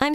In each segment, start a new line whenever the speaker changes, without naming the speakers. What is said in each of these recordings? I'm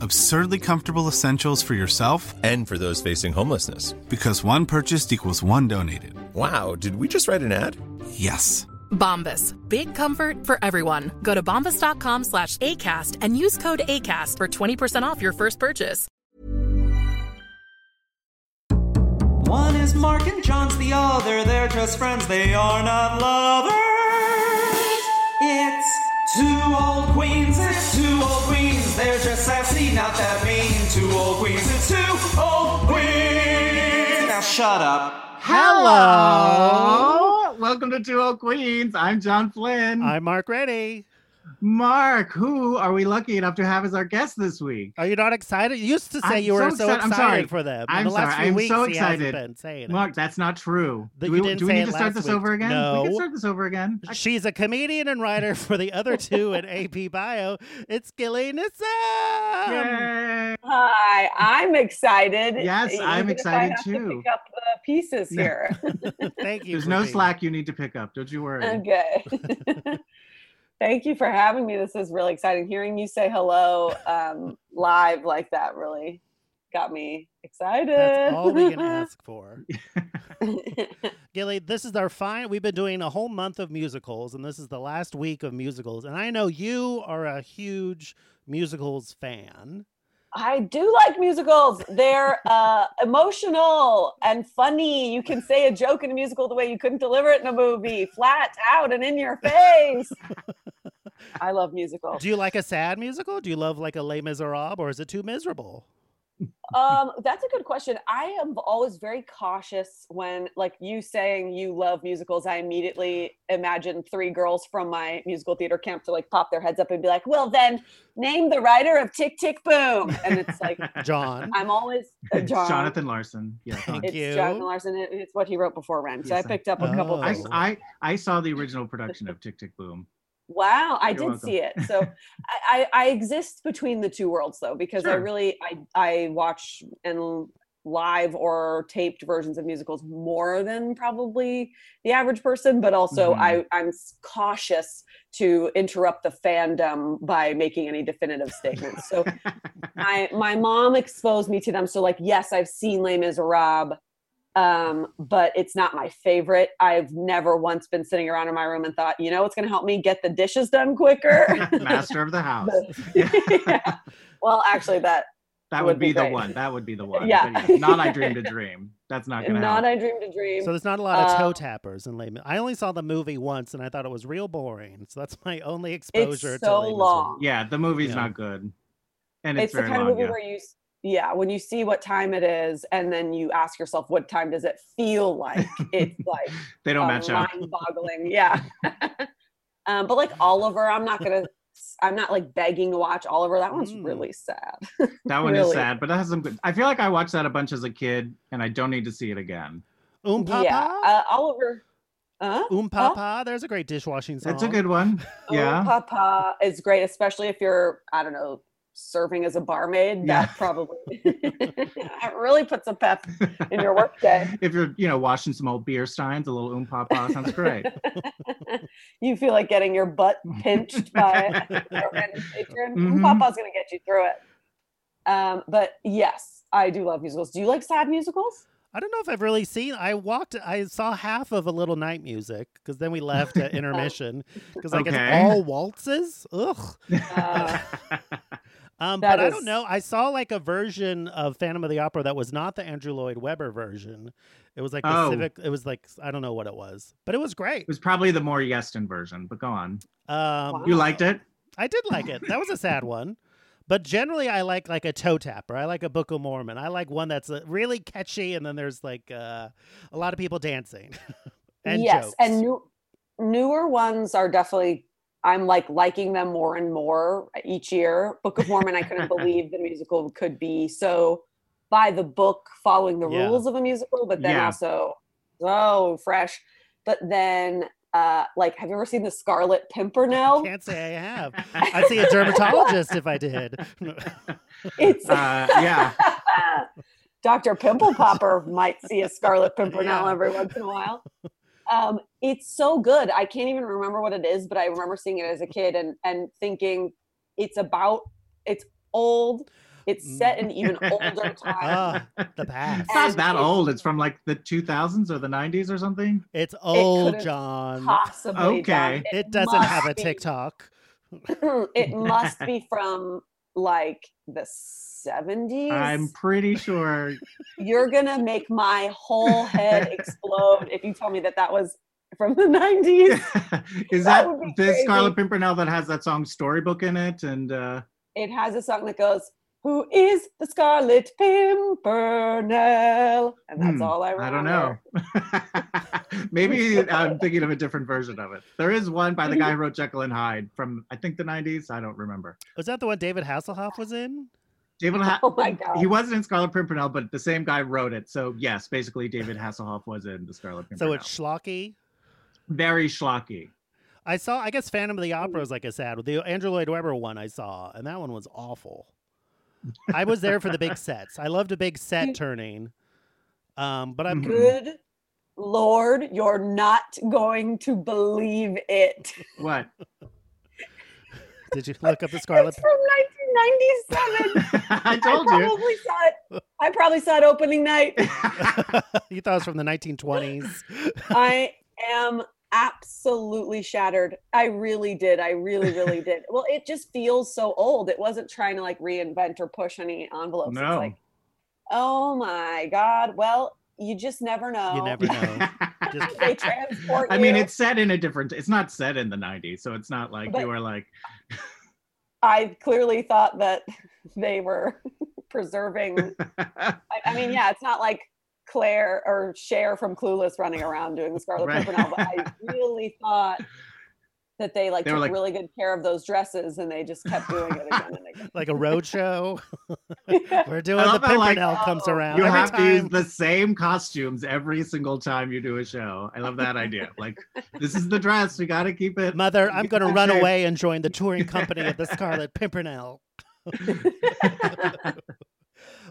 Absurdly comfortable essentials for yourself
And for those facing homelessness.
because one purchased equals one donated.
Wow, did we just write an ad?
Yes.
Bombas. Big comfort for everyone. Go to bombas.com slash ACAST and use code ACAST for 20% off your first purchase.
One is Mark and John's the other. They're just friends, they are not lovers. It's two old queens, it's two old queens. They're just sassy, not that mean. Two old queens, it's two old queens. Now shut up.
Hello. Welcome to Two Old Queens. I'm John Flynn.
I'm Mark Rennie.
Mark, who are we lucky enough to have as our guest this week?
Are you not excited? You used to say
I'm
you were
so
so
excited- I'm
excited
sorry.
for them.
I'm
the last
sorry.
few
I'm
weeks,
so
he hasn't
excited.
been saying
Mark,
it.
that's not true.
That
do
you
we,
didn't
do we
say
need
it
to start
last
this over
week.
again? We
No.
can start this over again. I-
She's a comedian and writer for the other two at AP Bio. It's Gilly Nissam.
Yay.
Hi, I'm excited.
Yes,
Even
I'm
if I
excited
have to
too.
pick up the pieces
No.
here.
Thank you.
There's
for
no
being-
slack you need to pick up. Don't you worry.
okay. Thank you for having me. This is really exciting. Hearing you say hello um, live like that really got me excited.
That's all we can ask for. Gilly, this is our fine. We've been doing a whole month of musicals, and this is the last week of musicals. And I know you are a huge musicals fan.
I do like musicals. They're uh, emotional and Oh, funny. You can say a joke in a musical the way you couldn't deliver it in a movie, flat out and in your face. I love musicals.
Do you like a sad musical? Do you love like a Les Miserables, or is it too miserable?
Um, that's a good question. I am always very cautious when, like, you saying you love musicals. I immediately imagine three girls from my musical theater camp to like pop their heads up and be like, "Well, then name the writer of Tick Tick Boom," and it's like
John.
I'm always uh,
It's
John.
Jonathan Larson. Yeah. John.
It's
you.
Jonathan Larson. It- it's what he wrote before Rent. So I
Yes, I-
picked up a couple.
Oh.
I,
things.
I, I saw the original production of Tick Tick Boom.
Wow, I
You're
did
welcome.
see it. So I, I, I exist between the two worlds though, because I
Sure.
really I I watch and live or taped versions of musicals more than probably the average person, but
Mm-hmm.
also
Mhm.
I I'm s- cautious to interrupt the fandom by making any definitive statements. So I my mom exposed me to them. So like yes, I've seen Les Miserables um, but it's not my favorite. I've never once been sitting around in my room and thought, you know, what's going to help me get the dishes done quicker.
Master of the House.
Yeah. Well, actually, that
That
would
would
be
be the
great.
one. That would be the one.
Yeah.
But yes, Not I dreamed a dream. That's not gonna
not
happen.
I dreamed a dream.
So there's not a lot of toe
Um,
tappers in Les Mis. I only saw the movie once, and I thought it was real boring. So that's my only
it's
exposure. to
so
Les Mis.
long.
yeah, the movie's
Yeah.
not good. And
it's,
it's,
the
very
kind
long.
of movie
yeah.
where you, s- yeah, when you see what time it is, and then you ask yourself, what time does it feel like? It's like
They don't match up.
mind-boggling. Yeah. um, but like Oliver, I'm not gonna. I'm not like begging to watch Oliver. That one's
Mm.
really sad.
That one is
really.
sad, but that has some good I feel like I watched that a bunch as a kid and I don't need to see it again.
Oom Papa.
Yeah, uh, Oliver. Huh?
Oom Papa. There's a great dishwashing song.
That's a good one.
Oh,
Yeah.
Papa is great, especially if you're, I don't know, serving as a barmaid.
Yeah.
That probably that really puts a pep in your workday.
If you're, you know, washing some old beer steins, a little oom papa sounds great.
you feel like getting your butt pinched by a barman patron.
Mhm.
Papa's going to get you through it. Um, but yes, I do love musicals. Do you like sad musicals?
I don't know if I've really seen. I walked. I saw half of a little night music because then we left at intermission because like it's
Okay.
all waltzes. Ugh.
uh,
um,
that
but I
is-
don't know. I saw like a version of Phantom of the Opera that was not the Andrew Lloyd Webber version. It was like the
Oh.
civic. It was like I don't know what it was, but it was great.
It was probably the more Yeston version, but go on.
Um,
Ah,
You liked it?
I did like it. That was a sad one. But generally, I like like a toe tapper. I like a Book of Mormon. I like one that's uh, really catchy, and then there's like uh, a lot of people dancing and
yes,
jokes.
and new, newer ones are definitely. I'm like liking them more and more each year. Book of Mormon, I couldn't believe the musical could be so by the book, following the
Yeah.
rules of a musical, but then
Yeah.
also so fresh. But then, uh, like, have you ever seen the Scarlet Pimpernel?
can't say I have. I'd see a dermatologist if I did.
It's
Uh, yeah.
Dr. Pimple Popper might see a scarlet pimpernel
Yeah.
every once in a while. Um, it's so good. I can't even remember what it is, but I remember seeing it as a kid and and thinking it's about it's old. It's set in even older time.
Ah, the past.
It's not that
And-
old. It's from like the 2000s or the 90s or something.
It's old,
could've
Oh, John.
Possibly done.
okay.
It doesn't have a
must be-
TikTok.
it must be from like the 70s.
I'm pretty sure.
You're gonna make my whole head explode if you tell me that that was from the 90s.
Is
That
that,
would be
the
crazy.
Scarlet Pimpernel that has that song Storybook in it? And uh,
it has a song that goes, "Who is the Scarlet Pimpernel?" And that's
Hmm,
all I remember.
I don't know. Maybe I'm thinking of a different version of it. There is one by the guy who wrote Jekyll and Hyde from I think the 90s. I don't remember.
Was that the one David Hasselhoff was in?
David ha-
Oh my god!
he wasn't in Scarlet Pimpernel, but the same guy wrote it. So yes, basically David Hasselhoff was in the Scarlet
So
Pimpernel.
it's schlocky.
very schlocky.
I saw. I guess Phantom of the Opera is like a sad. one. The Andrew Lloyd Webber one I saw, and that one was awful. I was there for the big sets. I loved a big set turning. Um, but I'm
Good Lord, you're not going to believe it.
What?
did you look up the Scarlet?
It's from 1997.
I
I
told you.
probably saw it. I probably saw it opening night.
you thought it was from the 1920s.
I am absolutely shattered. I really did. I really, really did. Well, it just feels so old. It wasn't trying to like reinvent or push any envelopes. It's
No.
like, oh my God. Well, you just never know.
You never know. Just-
They transport
I mean,
you.
it's set in a different. It's not set in the '90s, so it's not like
But-
you were like,
I clearly thought that they were preserving. I, I mean, yeah, it's not like Claire or Cher from Clueless running around doing the Scarlet
Right.
Pimpernel, but I really thought that they like
They were
took
like-
really good care of those dresses and they just kept doing it again and again.
Like a road show. We're
I
doing the
love how, like,
Pimpernel comes
oh,
around.
you
Every
have to
time
use the same costumes every single time you do a show. I love that idea. Like, this is the dress. We got to keep it.
Mother, I'm
Get
going to
in
run
shape.
away and join the touring company of the Scarlet Pimpernel.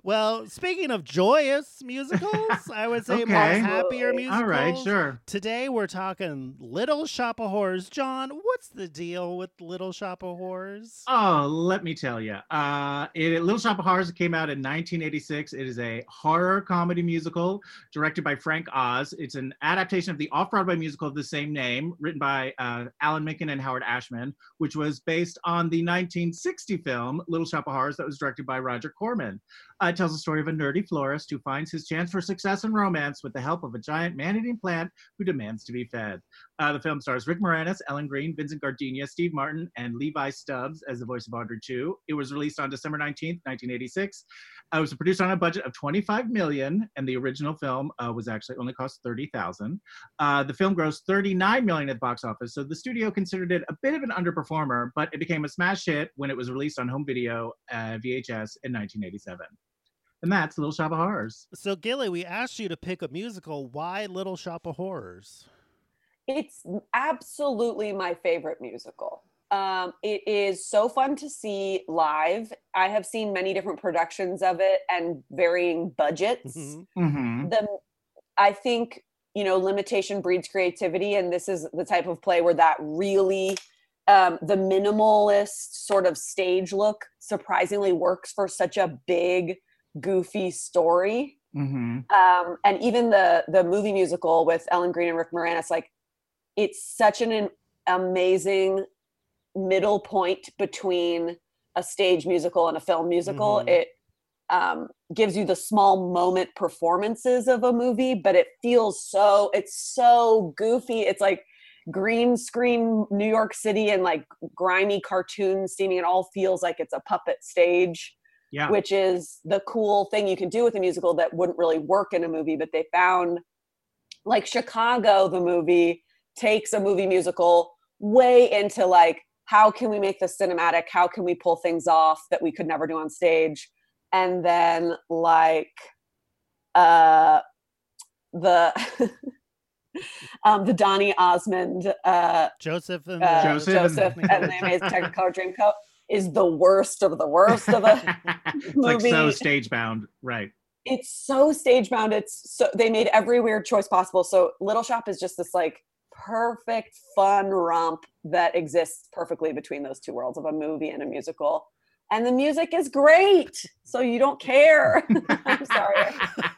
well, speaking of joyous musicals, I would say more
Okay.
happier musicals.
All right, sure.
Today we're talking Little Shop of Horrors. John, what's the deal with Little Shop of Horrors?
Uh,
Oh, let me tell you. Uh, it, Little Shop of Horrors came out in 1986. It is a horror comedy musical directed by Frank Oz. It's an adaptation of the off Broadway musical of the same name, written by uh, Alan Menken and Howard Ashman, which was based on the 1960 film Little Shop of Horrors that was directed by Roger Corman. Uh, it tells the story of a nerdy florist who finds his chance for success and romance with the help of a giant man eating plant who demands to be fed. Uh, the film stars Rick Moranis, Ellen Green, Vincent Gardenia, Steve Martin, and Levi Stubbs as the voice of Audrey Chu. It was released on December 19th, 1986. Uh, it was produced on a budget of 25 million, and the original film uh, was actually only cost 30,000. Uh, the film grossed 39 million at the box office, so the studio considered it a bit of an underperformer, but it became a smash hit when it was released on home video uh, VHS in 1987. And that's Little Shop of Horrors.
So, Gilly, we asked you to pick a musical. Why Little Shop of Horrors?
It's absolutely my favorite musical. Um, it is so fun to see live. I have seen many different productions of it and varying budgets.
Mhm.
Mm-hmm.
the I think you know limitation breeds creativity, and this is the type of play where that really um, the minimalist sort of stage look surprisingly works for such a big, goofy story.
Mm-hmm.
Um, and even the the movie musical with Ellen Green and Rick Moranis, like it's such an, an amazing middle point between a stage musical and a film musical.
Mm-hmm.
Mhm.
It um, gives you the small moment performances of a movie, but it feels so it's so goofy. It's like green screen New York City and like grimy cartoon seeming. It all feels like it's a puppet stage
Yeah.
which is the cool thing you can do with a musical that wouldn't really work in a movie but they found like chicago the movie takes a movie musical way into like how can we make this cinematic how can we pull things off that we could never do on stage and then like uh the um the donny osmond uh
Joseph and
uh,
the-
Joseph
Joseph,
and-
and the Amazing Technicolor Dreamcoat is the worst of the worst of a
it's like so
movie.
stage bound, right?
it's so stage bound it's so they made every weird choice possible so little shop is just this like perfect fun romp that exists perfectly between those two worlds of a movie and a musical and the music is great so you don't care i'm sorry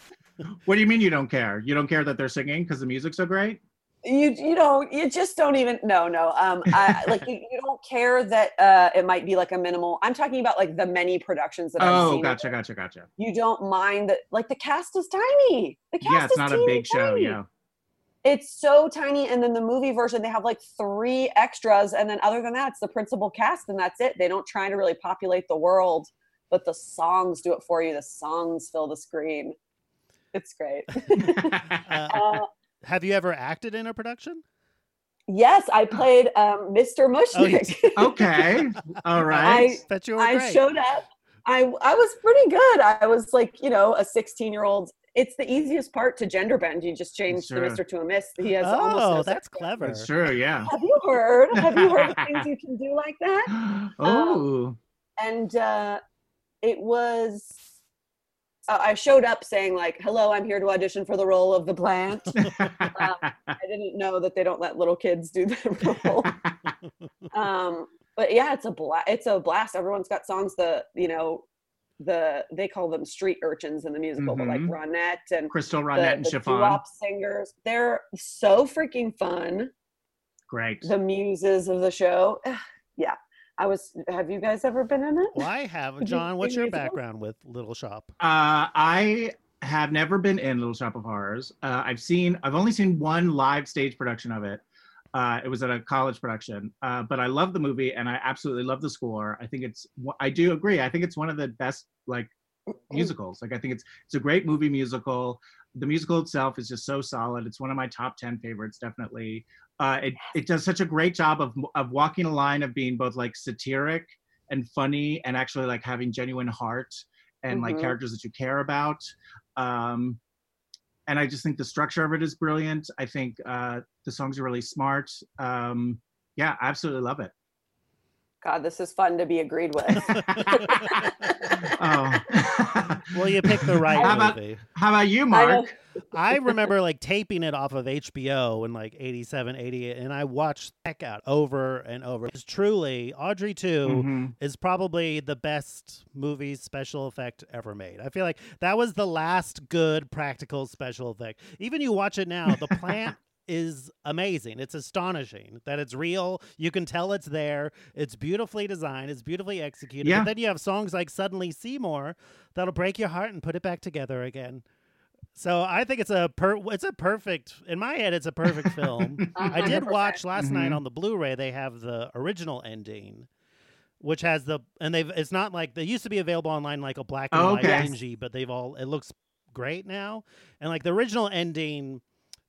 what do you mean you don't care? You don't care that they're singing because the music's so great?
you you know you just don't even no no um I, like you, you don't care that uh it might be like a minimal i'm talking about like the many productions that i've
Oh,
seen of
gotcha, gotcha, gotcha.
you don't mind that like the cast is tiny the cast
Yeah, it's
is
not a
teeny
big show.
tiny.
Yeah.
it's so tiny and then the movie version they have like three extras and then other than that it's the principal cast and that's it they don't try to really populate the world but the songs do it for you the songs fill the screen it's great
uh,
uh,
have you ever acted in a production?
yes i played um, mr
Oh, you
mushnick
okay. All right.
I-
That you were
I
great.
showed up. I I was pretty good. I was like, you know, a 16 year old. It's the easiest part to gender bend. You just change
Sure.
the Mister to a Miss. He has almost.
oh,
No
that's
sex.
clever.
That's true. Yeah.
Have you heard? Have you heard of things you can do like that? Um,
Oh,
And uh, it was. Uh, I showed up saying like, "Hello, I'm here to audition for the role of the plant." I didn't know that they don't let little kids do that role. um but yeah it's a blast it's a blast everyone's got songs the you know the they call them street urchins in the musical but like
Mhm.
ronette and
Crystal
the,
Ronette and
the
Chiffon.
doo-wop singers they're so freaking fun
Great.
the muses of the show yeah i was have you guys ever been in it
Why have
Did you
John? What's
do
your
musical?
background with Little Shop?
Uh, I have never been in Little Shop of Horrors. Uh, I've seen, I've only seen one live stage production of it. Uh, it was at a college production, uh, but I love the movie and I absolutely love the score. I think it's, I do agree. I think it's one of the best like musicals. Like I think it's, it's a great movie musical. The musical itself is just so solid. It's one of my top ten favorites, definitely. Uh, it it does such a great job of of walking a line of being both like satiric and funny, and actually like having genuine heart and like
Mhm.
characters that you care about. Um, and I just think the structure of it is brilliant. I think uh, the songs are really smart. Um, yeah, I absolutely love it.
god this is fun to be agreed with
Oh.
Well, you picked the right
How about,
movie.
how about you, Mark?
I remember like taping it off of HBO in like 87, 88, and I watched the heck out over and over. It's truly Audrey 2
Mhm.
is probably the best movie special effect ever made. I feel like that was the last good practical special effect. Even you watch it now, the plant is amazing. It's astonishing that it's real. You can tell it's there. It's beautifully designed. It's beautifully executed.
Yeah.
But then you have songs like Suddenly Seymour that'll break your heart and put it back together again. So I think it's a per- it's a perfect in my head it's a perfect film. I did
100%.
watch last night
Mhm.
on the Blu-ray they have the original ending which has the and they've it's not like they used to be available online like a black and white
Okay.
dingy, but they've all it looks great now. And like the original ending,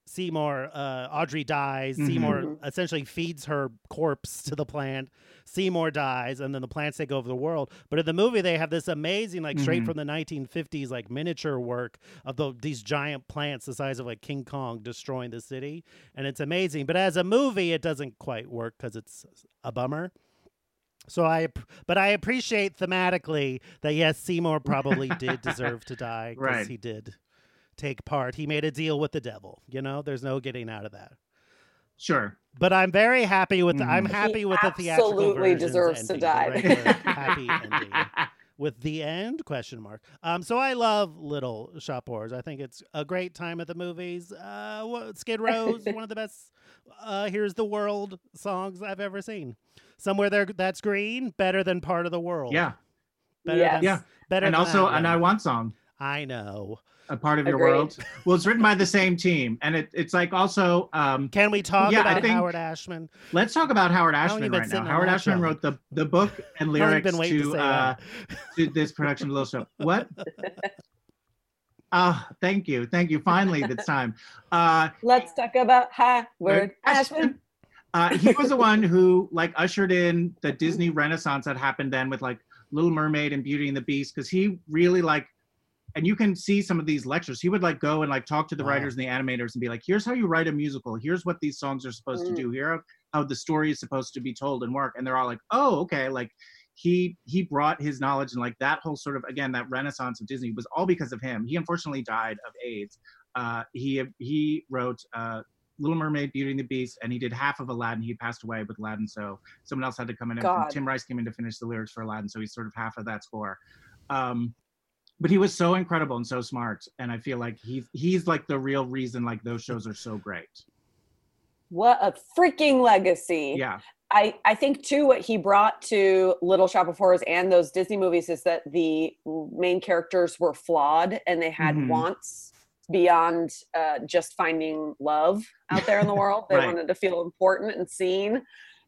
Seymour uh, Audrey dies. Seymour
Mhm.
essentially feeds her corpse to the plant. Seymour dies, and then the plants take over the world. But in the movie, they have this amazing like straight
Mhm.
from the 1950s like miniature work of the, these giant plants the size of like King Kong destroying the city, and it's amazing. But as a movie, it doesn't quite work because it's a bummer. So I, ap- but I appreciate thematically that yes, Seymour probably did deserve to die because
Right.
he did take part. He made a deal with the devil. You know, there's no getting out of that.
Sure. Mm-hmm.
But I'm very happy with. The, I'm
Mhm.
happy
He
with the theatrical
absolutely
version's
deserves to
ending, the
die.
regular happy ending. with the end question mark um so i love little shop wars i think it's a great time at the movies uh wha- skid row's one of the best uh here's the world songs i've ever seen somewhere there that's green better than part of the world
yeah.
better
Yes.
than,
Yeah.
better
And
than
also
that
an I
one.
Want song.
i know
a part of your
Agreed.
world. Well, it's written by the same team, and it, it's like also um,
can we talk
Yeah, I
about
think-
howard ashman
let's talk about Howard
How long you
Ashman
been
right
sitting
now.
on
Howard
that
Ashman
show?
wrote the the book
I've
and
only
lyrics
been waiting to,
to
say
uh,
that.
to this production of Little Shop. What? Ah, thank you, thank you. Finally, it's time. Uh,
Let's talk about Howard Ashman.
Ashman. Uh, he was the one who like ushered in the Disney Renaissance that happened then with like Little Mermaid and Beauty and the Beast because he really like, and you can see some of these lectures. He would like go and like talk to the
Wow.
writers and the animators and be like, "Here's how you write a musical. Here's what these songs are supposed
Mm.
to do. Here are how the story is supposed to be told and work." And they're all like, "Oh, okay." Like he he brought his knowledge and like that whole sort of again that Renaissance of Disney was all because of him. He unfortunately died of AIDS. Uh, he he wrote uh, Little Mermaid, Beauty and the Beast, and he did half of Aladdin. He passed away with Aladdin, so someone else had to come in.
God.
And Tim Rice came in to finish the lyrics for Aladdin, so he's sort of half of that score. Um, but he was so incredible and so smart, and I feel like he's he's like the real reason like those shows are so great.
What a freaking legacy.
Yeah,
I, I think too what he brought to Little Shop of Horrors and those Disney movies is that the main characters were flawed and they had
Mhm.
wants beyond uh, just finding love out there in the world. They
Right.
wanted to feel important and seen,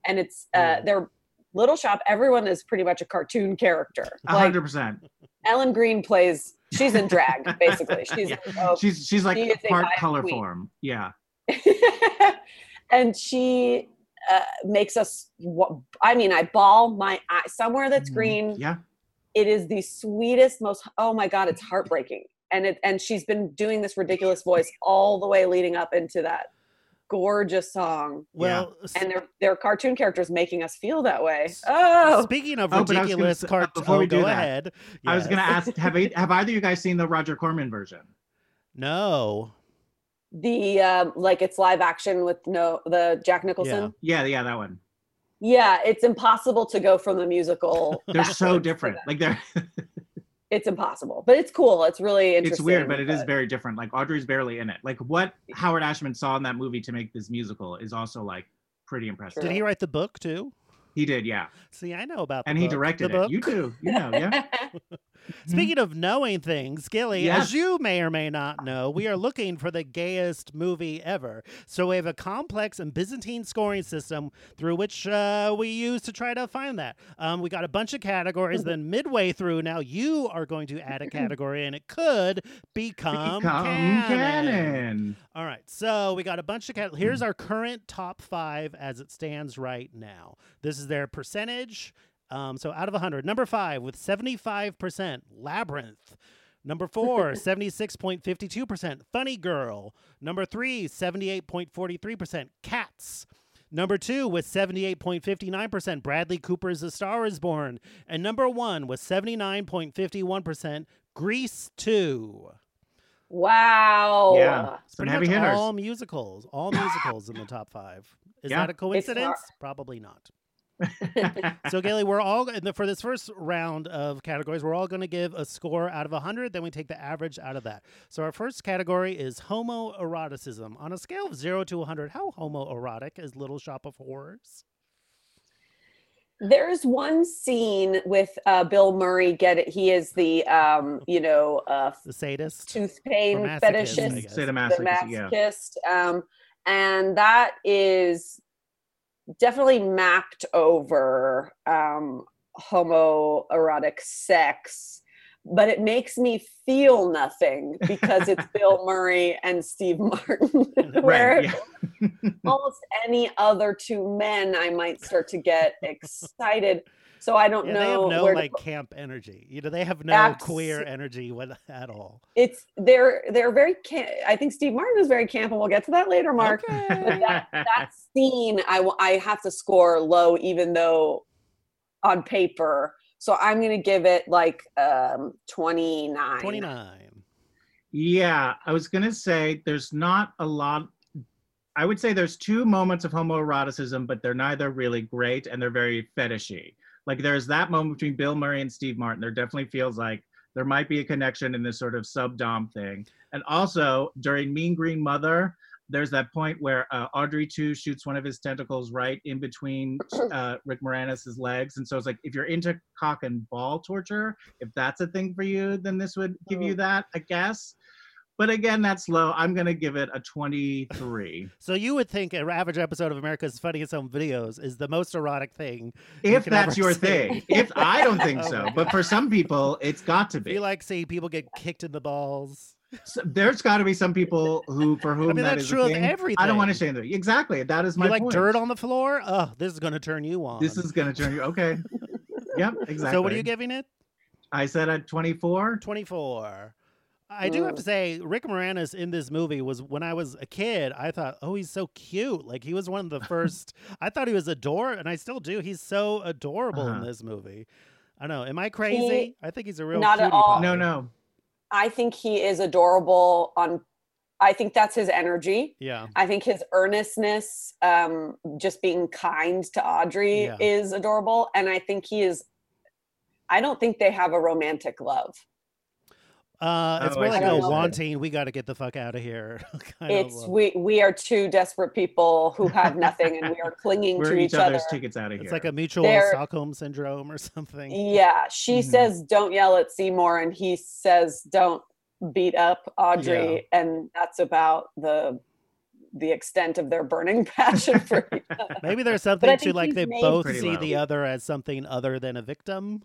and it's uh,
Yeah.
Mm.
their Little Shop. Everyone is pretty much a cartoon character.
a
Like
hundred percent.
Ellen Green plays. She's in drag basically. She's
Yeah.
a
She's she's like
She is a
part
vibe
color
queen.
form. Yeah,
and she uh, makes us. wa- I mean, I ball my eye somewhere that's
Mhm.
green.
Yeah,
It is the sweetest, most. Oh my god, it's heartbreaking. And it and she's been doing this ridiculous voice all the way leading up into that gorgeous song.
well s-
And they're they're cartoon characters making us feel that way. Oh,
speaking of
Oh, but I was gonna
ridiculous
say- uh,
cartoons
before we do
go
that,
ahead
I was gonna
Yes.
ask, have ei- have either of you guys seen the Roger Corman version?
no
the um like it's live action with no the Jack Nicholson.
Yeah, yeah, that one.
Yeah, it's impossible to go from the musical.
They're so
backwards to
different. Like they're
it's impossible but it's cool it's really interesting
it's weird but it is very different like audrey's barely in it like what howard ashman saw in that movie to make this musical is also like pretty impressive
did he write the book too
he did yeah
See, I know about the
and he
book.
directed
The
it you
book.
do you know yeah
Speaking of knowing things, Gilly,
Yes.
as you may or may not know, we are looking for the gayest movie ever. So we have a complex and Byzantine scoring system through which uh, we use to try to find that. Um, we got a bunch of categories. then midway through, now you are going to add a category, and it could become,
Become canon.
All right, so we got a bunch of cat. Here's our current top five as it stands right now. This is their percentage. Um, so out of 100, number five with 75%, Labyrinth. Number four, 76.52%, Funny Girl. Number three, 78.43%, Cats. Number two with 78.59%, Bradley Cooper's A Star is Born. And number one was 79.51%, Grease 2
wow
yeah some
pretty
heavy
much
hitters
all musicals, all musicals in the top five. Is
Yeah.
that a coincidence? Probably not. so, Gailey, we're all in the- for this first round of categories. We're all going to give a score out of hundred. Then we take the average out of that. So, our first category is homoeroticism. On a scale of zero to hundred, how homoerotic is Little Shop of Horrors?
there's one scene with uh, bill murray get it he is the um you know uh
The sadist.
tooth pain
Or masochist, I
fetishist
guess.
Say the
the
mask, yeah
masochist um and that is definitely mapped over um homoerotic sex but it makes me feel nothing because it's bill murray and steve martin where
right yeah
almost any other two men, I might start to get excited. So I don't
Yeah, they
know
have no
where to
like
put-
camp energy. You know, they have no
Abs-
queer energy what, at all.
it's they're they're very camp. I think Steve Martin is very camp, and we'll get to that later, Mark.
Okay.
that- That scene, I w- I have to score low, even though on paper. So I'm gonna give it like um 29.
Twenty nine.
yeah i was gonna say there's not a lot I would say there's two moments of homoeroticism, but they're neither really great and they're very fetishy. Like there's that moment between Bill Murray and Steve Martin. There definitely feels like there might be a connection in this sort of sub dom thing. And also during Mean Green Mother, there's that point where uh, Audrey too shoots one of his tentacles right in between uh, Rick Moranis's legs, and so it's like if you're into cock and ball torture, if that's a thing for you, then this would give
Mm.
you that, I guess. But again, that's low. I'm gonna give it a 23.
So you would think an average episode of America's Funniest Home Videos is the most erotic thing. you
if
can
that's
ever
your
see.
thing, if I don't think
Oh
so,
my
but for some people, it's got to
you
be.
like seeing people get kicked in the balls.
So there's got to be some people who for whom
mean,
that
that's
is
true
a
of
thing. I don't want to shame them. Exactly. That is my
you like
point.
dirt on the floor? Oh, this is gonna turn you on.
This is gonna turn you okay. yep. Exactly.
So what are you giving it?
I said at 24.
24. I do have to say, Rick Moranis in this movie was when I was a kid. I thought, oh, he's so cute. Like he was one of the first. I thought he was adorable, and I still do. He's so adorable in
Uh-huh.
this movie. I know. Am I crazy? I think he's a real
not at
cutie
all.
pie.
No, no.
I think he is adorable on I think that's his energy.
Yeah,
I think his earnestness, um, just being kind to Audrey
Yeah.
is adorable. And I think he is I don't think they have a romantic love.
uh, it's
Oh,
more
I
like
see
a
what you're saying.
wanting. We got to get the fuck out of here. kind of
it's
look.
we we are two desperate people who have nothing and we are clinging
We're
to
each
each other.
other's tickets out of here.
It's like a mutual
They're-
Stockholm syndrome or something.
Yeah, she
Mm-hmm.
Mhm.
says don't yell at Seymour, and he says don't beat up Audrey, and that's about the the extent of their burning passion for each other.
Maybe there's
But I
something to
think
like
he's
they
made-
both
Pretty
see
low.
the other as something other than a victim.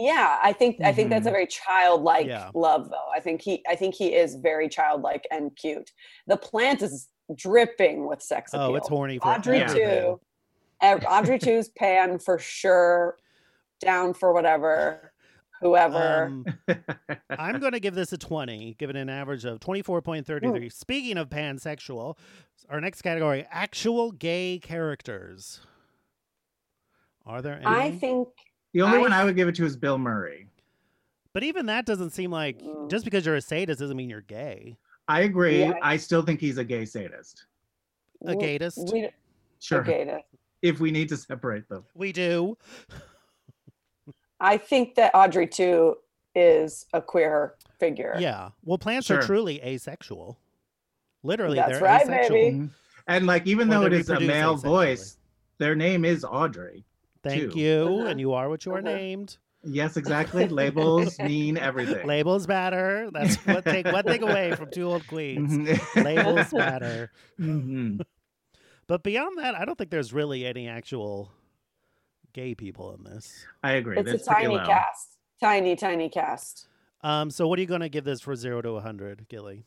Yeah, I think I think that's a
Mhm.
very childlike
Mm-hmm. Yeah.
love, though. I think he I think he is very childlike and cute. The plant is dripping with sex appeal.
Oh, it's horny for
Audrey
everything.
too. Ev- Audrey two's pan for sure. Down for whatever, whoever.
Um, I'm going to give this a 20, given an average of 24.33.
Hmm.
Speaking of pansexual, our next category actual gay characters. Are there any?
I think
the only
I-
one I would give it to is Bill Murray.
But even that doesn't seem like
Mm.
just because you're a sadist doesn't mean you're gay.
I agree.
Yeah.
I still think he's a gay sadist.
A
w-
gayist.
We,
Sure.
Gaydar.
If we need to separate them.
We do.
I think that Audrey too is a queer figure.
Yeah. Well, plants are
Sure.
truly asexual. Literally,
That's
they're
right,
asexual.
baby.
Mhm. And like even
Or
though
they
it is a
reproduce
male
asexually.
voice, their name is Audrey.
Thank
too.
you.
Uh-huh.
And you are what you are
Uh-huh.
named.
Yes, exactly. Labels mean everything.
Labels matter. That's what take one thing away from two old queens.
Mm-hmm.
Mhm.
Labels matter.
Mhm.
But beyond that, I don't think there's really any actual gay people in this.
I agree.
It's
That's
a
pretty
tiny
low.
cast. Tiny, tiny cast.
Um, so what are you going to give this for zero to 100, Gilly?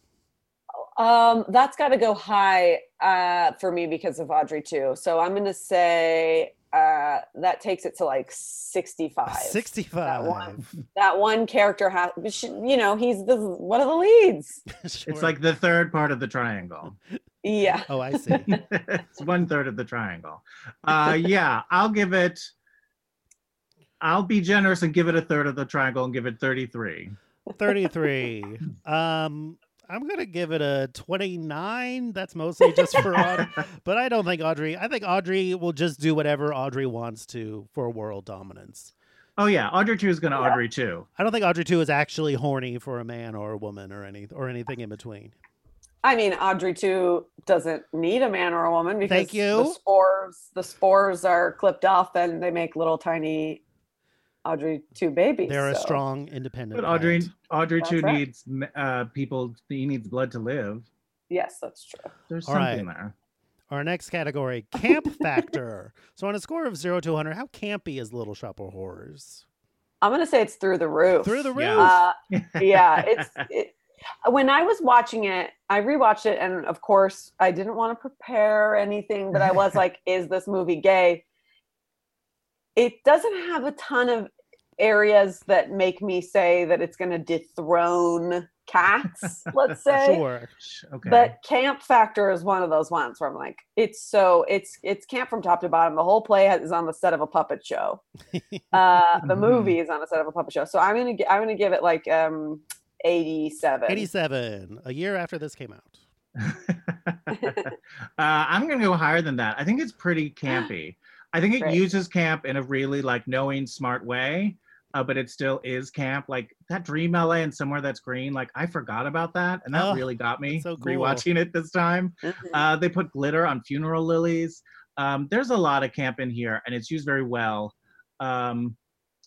Um, that's got to go high uh, for me because of Audrey too. So I'm gonna say uh, that takes it to like 65.
65.
one. That one character has, but she- you know, he's the one of the leads.
Sure.
It's like the third part of the triangle.
Yeah,
oh, I see.
it's one third of the triangle. Uh, yeah, I'll give it. I'll be generous and give it a third of the triangle and give it 33.
33. Um, I'm going to give it a 29. That's mostly just for Audrey. But I don't think Audrey, I think Audrey will just do whatever Audrey wants to for world dominance.
Oh yeah, Audrey two is gonna Audrey two.
I don't think Audrey 2 is actually horny for a man or a woman or any or anything in between.
I mean, Audrey too doesn't need a man or a woman because
Thank
the
you.
spores, the spores are clipped off and they make little tiny Audrey two babies.
They're
so.
a strong, independent.
But Audrey
plant.
Audrey two
That's right.
needs uh, people. He needs blood to live.
Yes, that's true.
There's
All
something there.
Our next category, camp factor. so on a score of zero to 100, how campy is Little Shop of Horrors?
I'm gonna say it's through the roof.
Through the roof.
Yeah.
Uh, yeah, it's it, when I was watching it, I rewatched it, and of course, I didn't want to prepare anything, but I was like, "Is this movie gay?" It doesn't have a ton of areas that make me say that it's going to dethrone cats. Let's say.
Sure.
Okay.
But camp factor is one of those ones where I'm like, it's so it's it's camp from top to bottom. The whole play has, is on the set of a puppet show. Uh, the
Mhm.
movie is on the set of a puppet show. So I'm gonna gi- I'm gonna give it like um, eighty seven.
87, a year after this came out.
uh, I'm gonna go higher than that. I think it's pretty campy. I think it
Right.
uses camp in a really like knowing, smart way, uh, but it still is camp. Like that Dream LA and Somewhere That's Green. Like I forgot about that, and that
Oh,
really got me
that's so cool. Mm-hmm.
rewatching it this time. Uh, they put glitter on funeral lilies. Um, there's a lot of camp in here, and it's used very well. Um,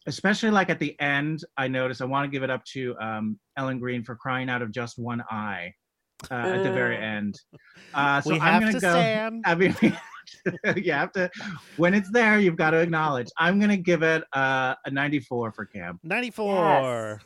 especially like at the end, I noticed I want to give it up to um, Ellen Green for crying out of just one eye uh, at the very
Mm.
Uh.
end. Uh, so
we
I'm
have
gonna
to,
go.
Sam.
I mean, you have to. When it's there, you've got to acknowledge. I'm gonna give it uh, a 94 for camp.
94.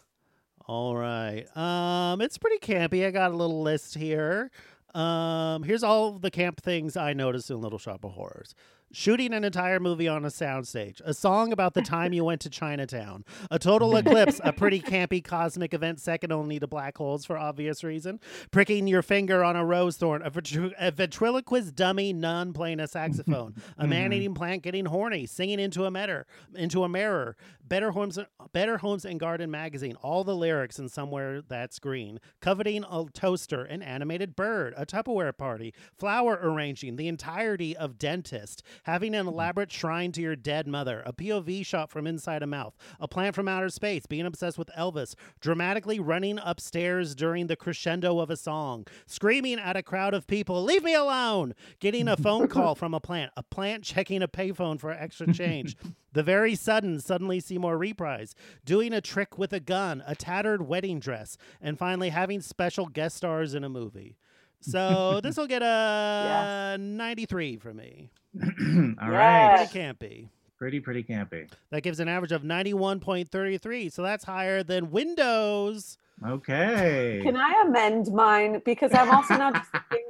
All right. Um it's pretty campy. I got a little list here. Um here's all the camp things I noticed in Little Shop of Horrors. Shooting an entire movie on a soundstage, a song about the time you went to Chinatown, a total eclipse, a pretty campy cosmic event second only to black holes for obvious reason, pricking your finger on a rose thorn, a, ventri- a ventriloquist dummy nun playing a saxophone, a man
Mhm.
eating plant getting horny, singing into a mirror, into a mirror, Better Homes, Better Homes and Garden magazine, all the lyrics in somewhere that's green, coveting a toaster, an animated bird, a Tupperware party, flower arranging, the entirety of dentist, having an elaborate shrine to your dead mother, a POV shot from inside a mouth, a plant from outer space, being obsessed with Elvis, dramatically running upstairs during the crescendo of a song, screaming at a crowd of people, "Leave me alone!" Getting a phone call from a plant, a plant checking a payphone for extra change. The very sudden, suddenly Seymour reprise, doing a trick with a gun, a tattered wedding dress, and finally having special guest stars in a movie. So this will get a 93 from me.
All right,
Yes.
Pretty campy.
pretty pretty campy.
That gives an average of 91.33. So that's higher than Windows.
Okay.
Can I amend mine? Because I'm also now just thinking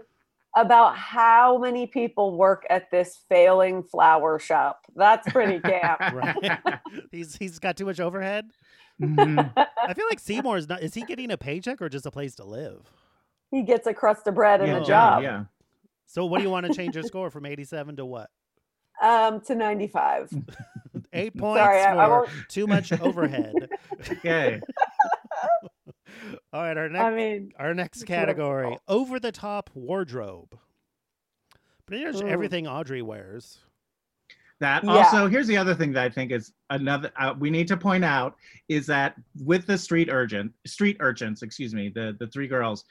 about how many people work at this failing flower shop. That's pretty camp.
Right. he's he's got too much overhead.
Mhm.
I feel like Seymour's not is he getting a paycheck or just a place to live?
He gets a crust of bread and
Yeah,
a
no,
job.
Yeah.
So what do you want to change your score from 87 to what?
Um, to 95.
Eight points
Sorry, I- I
for
won't-
too much overhead.
Okay.
All right, our next
I mean, Oh.
our next
it's whatever.
category: over the top wardrobe. Pretty much
Ooh.
everything Audrey wears.
That
Yeah.
also, here's the other thing that I think is another uh, we need to point out is that with the street urgent, street urchins, excuse me, the the three girls,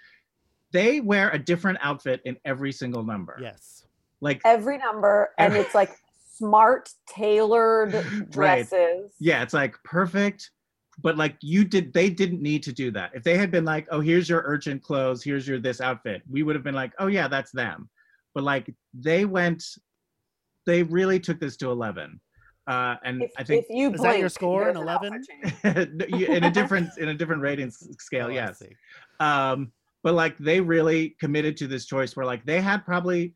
they wear a different outfit in every single number.
Yes.
Like
every number, and
Every-
it's like smart, tailored
Right.
dresses.
yeah, it's like perfect, but like you did they didn't need to do that. If they had been like, "Oh, here's your urchin clothes, here's your this outfit." We would have been like, "Oh yeah, that's them." But like they went they really took this to 11. Uh and
If,
I think
if you
Is that your
blink,
score, an
there's an outfit
11?
change.
No, you- in a different in a different rating s- scale
Oh, I
yes
see.
um but like they really committed to this choice where like they had probably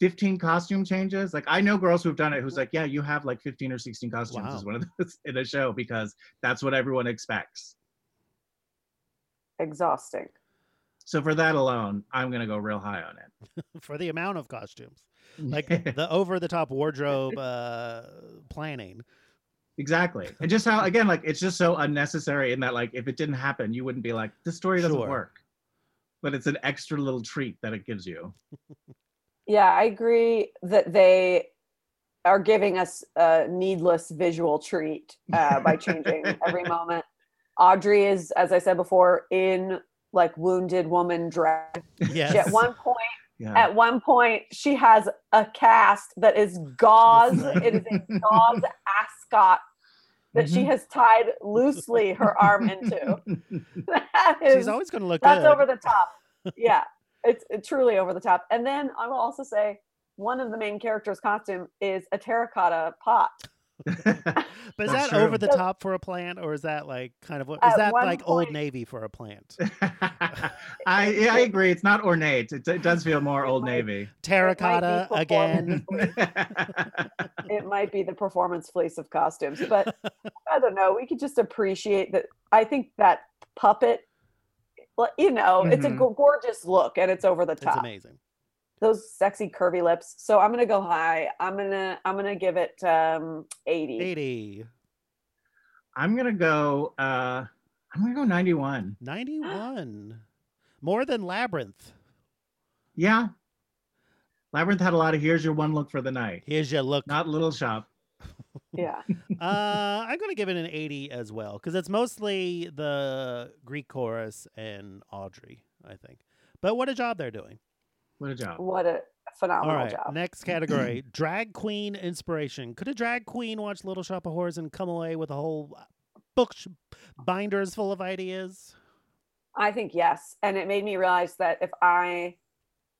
15 costume changes like i know girls who've done it who's like yeah you have like 15 or 16 costumes
Wow.
is one of those in a show because that's what everyone expects
Exhausting.
so for that alone i'm gonna go real high on it
For the amount of costumes, like the over the top wardrobe uh, planning.
exactly and just how again like it's just so unnecessary in that like if it didn't happen you wouldn't be like this story doesn't
Sure.
work but it's an extra little treat that it gives you
Yeah, I agree that they are giving us a needless visual treat uh, by changing every moment. Audrey is, as I said before, in like wounded woman dress.
Yes.
She- At one point,
yeah
at one point, she has a cast that is gauze. It is a gauze ascot that she
Mhm.
has tied loosely her arm into. That
She's
is-
always going to look
that's
good.
over the top. Yeah, it's it's truly over the top. And then I will also say one of the main characters' costume is a terracotta pot.
but is
That's
that
true.
over the top for a plant, or is that like kind of what? Is
At
that
one
like Old
point-
Navy for a plant?
I yeah, I agree. It's not ornate. It, it does feel more Old Navy.
Terracotta again.
It might be the performance fleece of costumes, but I don't know. We could just appreciate that. I think that puppet, well, you know, it's a
Mhm.
go- gorgeous look and it's over the
It's
top.
amazing.
Those sexy curvy lips. So I'm gonna go high. I'm gonna I'm gonna give it um, 80.
80,
I'm gonna go. Uh, I'm gonna go 91.
91. More than Labyrinth.
Yeah. Labyrinth had a lot of here's your one look for the night,
Here's your look.
not Little Shop.
Yeah.
uh, I'm gonna give it an 80 as well because it's mostly the Greek chorus and Audrey, I think. But what a job they're doing!
What a job.
What a phenomenal
All right,
job.
next category: drag queen inspiration. Could a drag queen watch Little Shop of Horrors and come away with a whole uh, book sh- binders full of ideas?
I think yes. And it made me realize that if I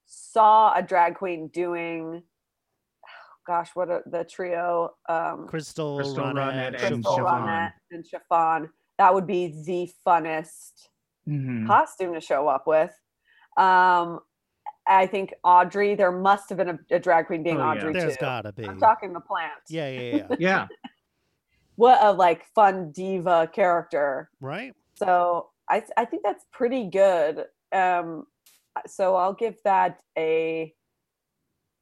saw a drag queen doing, oh gosh, what a, the trio, um,
Crystal,
Crystal
Ronette,
Ronette and
Crystal
Chiffon.
Ronette and Chiffon, that would be the funnest
Mhm.
costume to show up with. Um, I think Audrey, there must have been a, a drag queen being
Oh, yeah.
Audrey
There's
too.
gotta be.
I'm talking the plant.
Yeah, yeah, yeah.
Yeah.
What a like fun diva character.
right?
So I th- I think that's pretty good. Um, so I'll give that a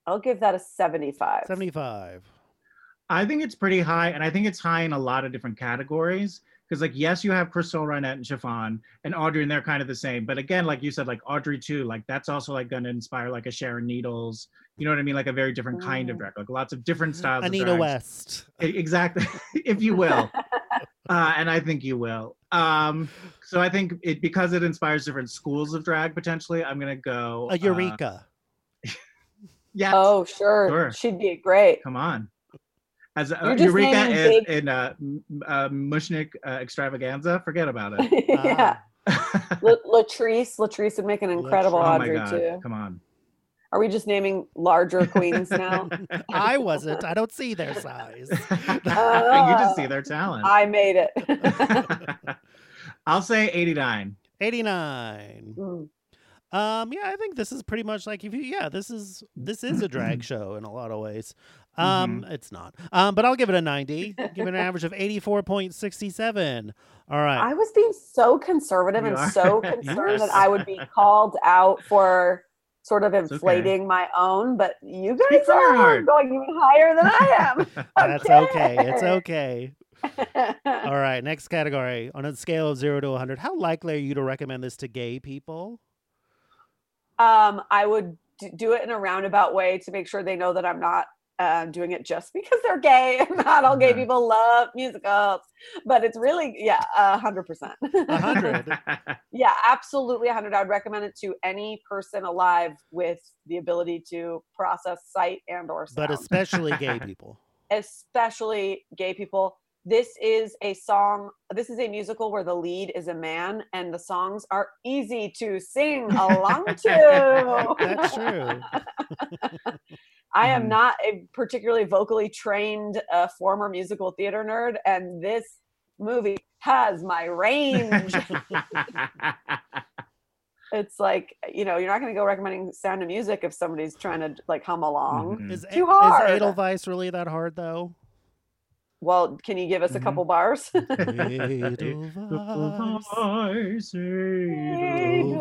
I'll give that a seventy five.
75.
I think it's pretty high, and I think it's high in a lot of different categories. Because like, yes, you have Crystal Ronette and Chiffon and Audrey, and they're kind of the same. But again, like you said, like Audrey too, like that's also like going to inspire like a Sharon Needles. You know what I mean? Like a very different kind of
Mm.
drag, like lots of different styles. of
Mm-hmm. Anita
drags.
West.
E- Exactly, if you will, uh, and I think you will. Um, so I think it because it inspires different schools of drag potentially. I'm gonna go
A
Uh,
Eureka.
yeah.
Oh sure.
Sure.
she'd be great.
Come on. As uh,
You're just
Eureka
naming
is
big-
in uh, m- uh, Mushnik uh, extravaganza, forget about it.
yeah,
Ah,
La- Latrice, Latrice would make an incredible
Latrice.
oh my
Audrey
God,
too.
come on.
Are we just naming larger queens now?
I wasn't. I don't see their size.
you just see their talent.
Uh, I made it.
I'll say 89.
89.
Mm.
Um, yeah, I think this is pretty much like if you yeah, this is this is a drag show in a lot of ways. Um, it's not. Um, but I'll give it a 90. give it an average of 84.67. All right.
I was being so conservative
You
and
are.
so concerned
Yes.
that I would be called out for sort of
okay.
inflating my own, but you guys
Speak for your
are
heart.
going even higher than I am.
That's okay. It's okay.
okay.
All right, next category. On a scale of 0 to 100, how likely are you to recommend this to gay people?
um, I would d- do it in a roundabout way to make sure they know that I'm not uh, doing it just because they're gay and not all gay
Mhm.
people love musicals, but it's really, yeah, a hundred percent.
100.
Yeah, absolutely 100. I would recommend it to any person alive with the ability to process sight and or sound.
but especially gay people.
especially gay people. This is a song, this is a musical where the lead is a man and the songs are easy to sing along to.
That's true.
I am
Mm-hmm.
Mhm.
not a particularly vocally trained uh, former musical theater nerd, and this movie has my range. it's like, you know, you're not going to go recommending Sound of Music if somebody's trying to like hum along.
Mhm.
Is,
Too
Ed-
hard.
is Edelweiss really that hard though?
Well, can you give us a
Mhm.
Mm-hmm.
couple bars?
Edelweiss.
Edelweiss,
Edelweiss.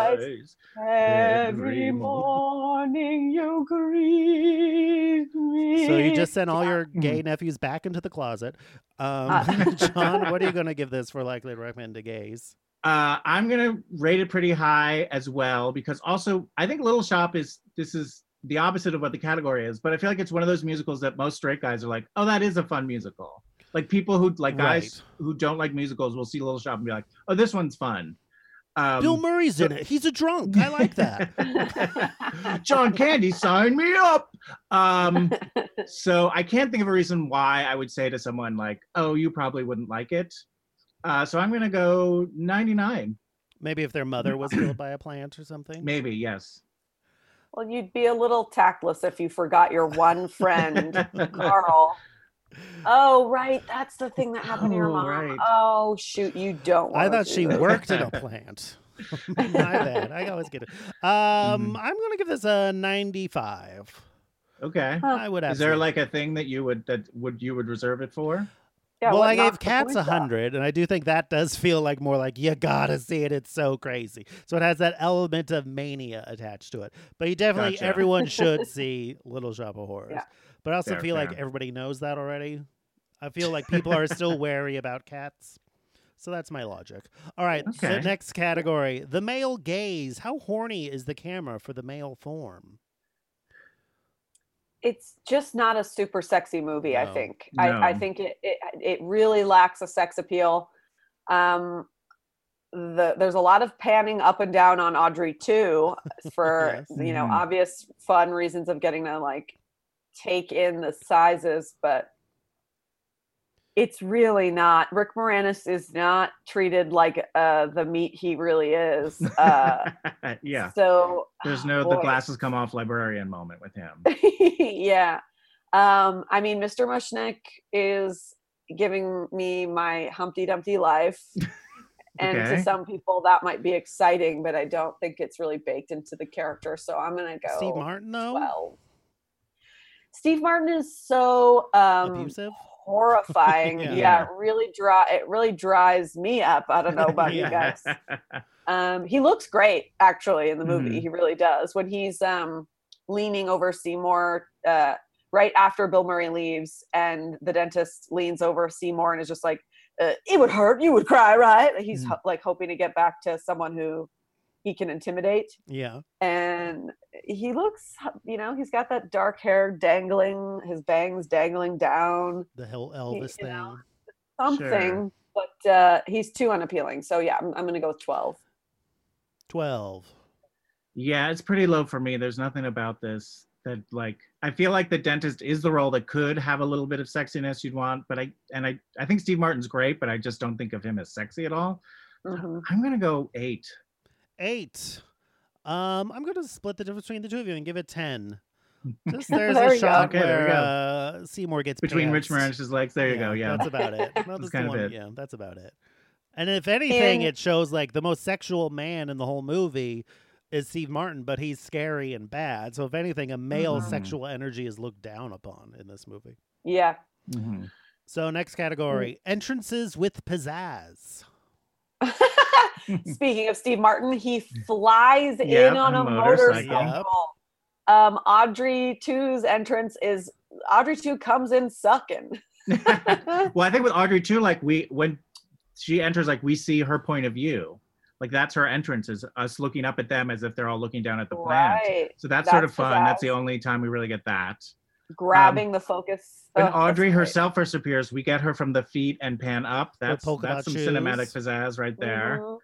Edelweiss.
Every
Every mo-
morning you greet me.
So you just sent all your gay
Hmm.
nephews back into the closet. Um,
Uh.
John, what are you going to give this for likely to recommend to gays?
Uh, I'm gonna rate it pretty high as well because also I think Little Shop is this is the opposite of what the category is, but I feel like it's one of those musicals that most straight guys are like, oh, that is a fun musical. Like people who like guys who don't like musicals will see Little Shop and be like, oh, this one's fun. Um,
Bill Murray's in it. He's a drunk. I like that.
John Candy, sign me up. Um, so I can't think of a reason why I would say to someone like, "Oh, you probably wouldn't like it." Uh, so I'm gonna go 99,
Maybe if their mother was killed by a plant or something.
maybe. Yes.
well, you'd be a little tactless if you forgot your one friend, Carl. Oh, right. That's the thing that happened to your
Oh,
mom.
right.
Oh, shoot. You don't.
I
wanna
thought
do
she
this.
worked in a plant. My bad. I always get it.
Mm-hmm.
Um, I'm going to give this a 95.
okay.
Huh.
I would.
Is there
absolutely-
like a thing that you would that would you would reserve it for?
Yeah,
well,
what
I gave
knocked the
Cats a
points off?
hundred, and I do think that does feel like more like you gotta see it. It's so crazy, so it has that element of mania attached to it. But you definitely,
Gotcha.
everyone should see Little Shop of Horrors.
Yeah.
But I also
Fair,
feel like
fair.
everybody knows that already. I feel like people are still wary about Cats, So that's my logic. All right. The
Okay.
next category the male gaze. How horny is the camera for the male form?
it's just not a super sexy movie i
No.
think
No.
I, I think it, it it really lacks a sex appeal um the, there's a lot of panning up and down on audrey too for
Yes.
you know
Mm-hmm.
Mhm.
obvious fun reasons of getting to like take in the sizes but it's really not rick moranis is not treated like uh the meat he really is uh
Mm-hmm. yeah.
so
There's no the
boy.
glasses come off librarian moment with him.
yeah. Um, I mean, Mr. Mushnick is giving me my Humpty Dumpty life. And
Okay.
to some people, that might be exciting, but I don't think it's really baked into the character. So I'm going to go
Steve Martin, though?
12. Steve Martin is so um,
Abusive?
horrifying.
Yeah.
yeah. it really dry. It really dries me up. I don't know about you guys. Um, he looks great actually in the movie.
Mm-hmm.
Mhm.
He really does. When he's um, leaning over Seymour uh, right after Bill Murray leaves, and the dentist leans over Seymour and is just like, uh, "It would hurt. You would cry, right?" He's
Mhm.
ho- like hoping to get back to someone who he can intimidate,
Yeah.
and he looks. You know, he's got that dark hair dangling, his bangs dangling down,
The whole Elvis
you
thing.
know. something. But uh, he's too unappealing. So yeah, I'm, I'm going to go with twelve.
12.
Yeah, it's pretty low for me. There's nothing about this that like I feel like the dentist is the role that could have a little bit of sexiness you'd want, but I and I I think Steve Martin's great, but I just don't think of him as sexy at all.
Mhm.
I'm gonna go eight.
Eight. Um, I'm going to split the difference between the two of you and give it 10. Just there's
There we
a
go.
shot
Okay, there we
where
go.
uh, Seymour gets
Between Rich
pantsed.
Moranis's legs. There you go. Yeah.
That's about it. No, that's the
kind of
one-
it.
Yeah, that's about it. And if anything,
And-
it shows like the most sexual man in the whole movie is Steve Martin, but he's scary and bad. So if anything, a male
Mhm.
sexual energy is looked down upon in this movie.
Yeah.
Mhm.
So next category,
Mm.
entrances with pizzazz.
Speaking of Steve Martin, he flies
Yep,
in on a
on a motorcycle.
motorcycle. Um, Audrey 2's entrance is Audrey 2 comes in sucking.
well, I think with Audrey too, like we when she enters, like we see her point of view. Like that's her entrance is us looking up at them as if they're all looking down at the plant.
Right.
So that's, sort of
That's
fun. That's the
pizzazz.
only time we really get that.
Grabbing the focus.
When
Oh, that's
Audrey
great.
herself first appears, we get her from the feet and pan up. That's
polka
that's
dot
some cinematic
shoes.
pizzazz right there.
Mhm.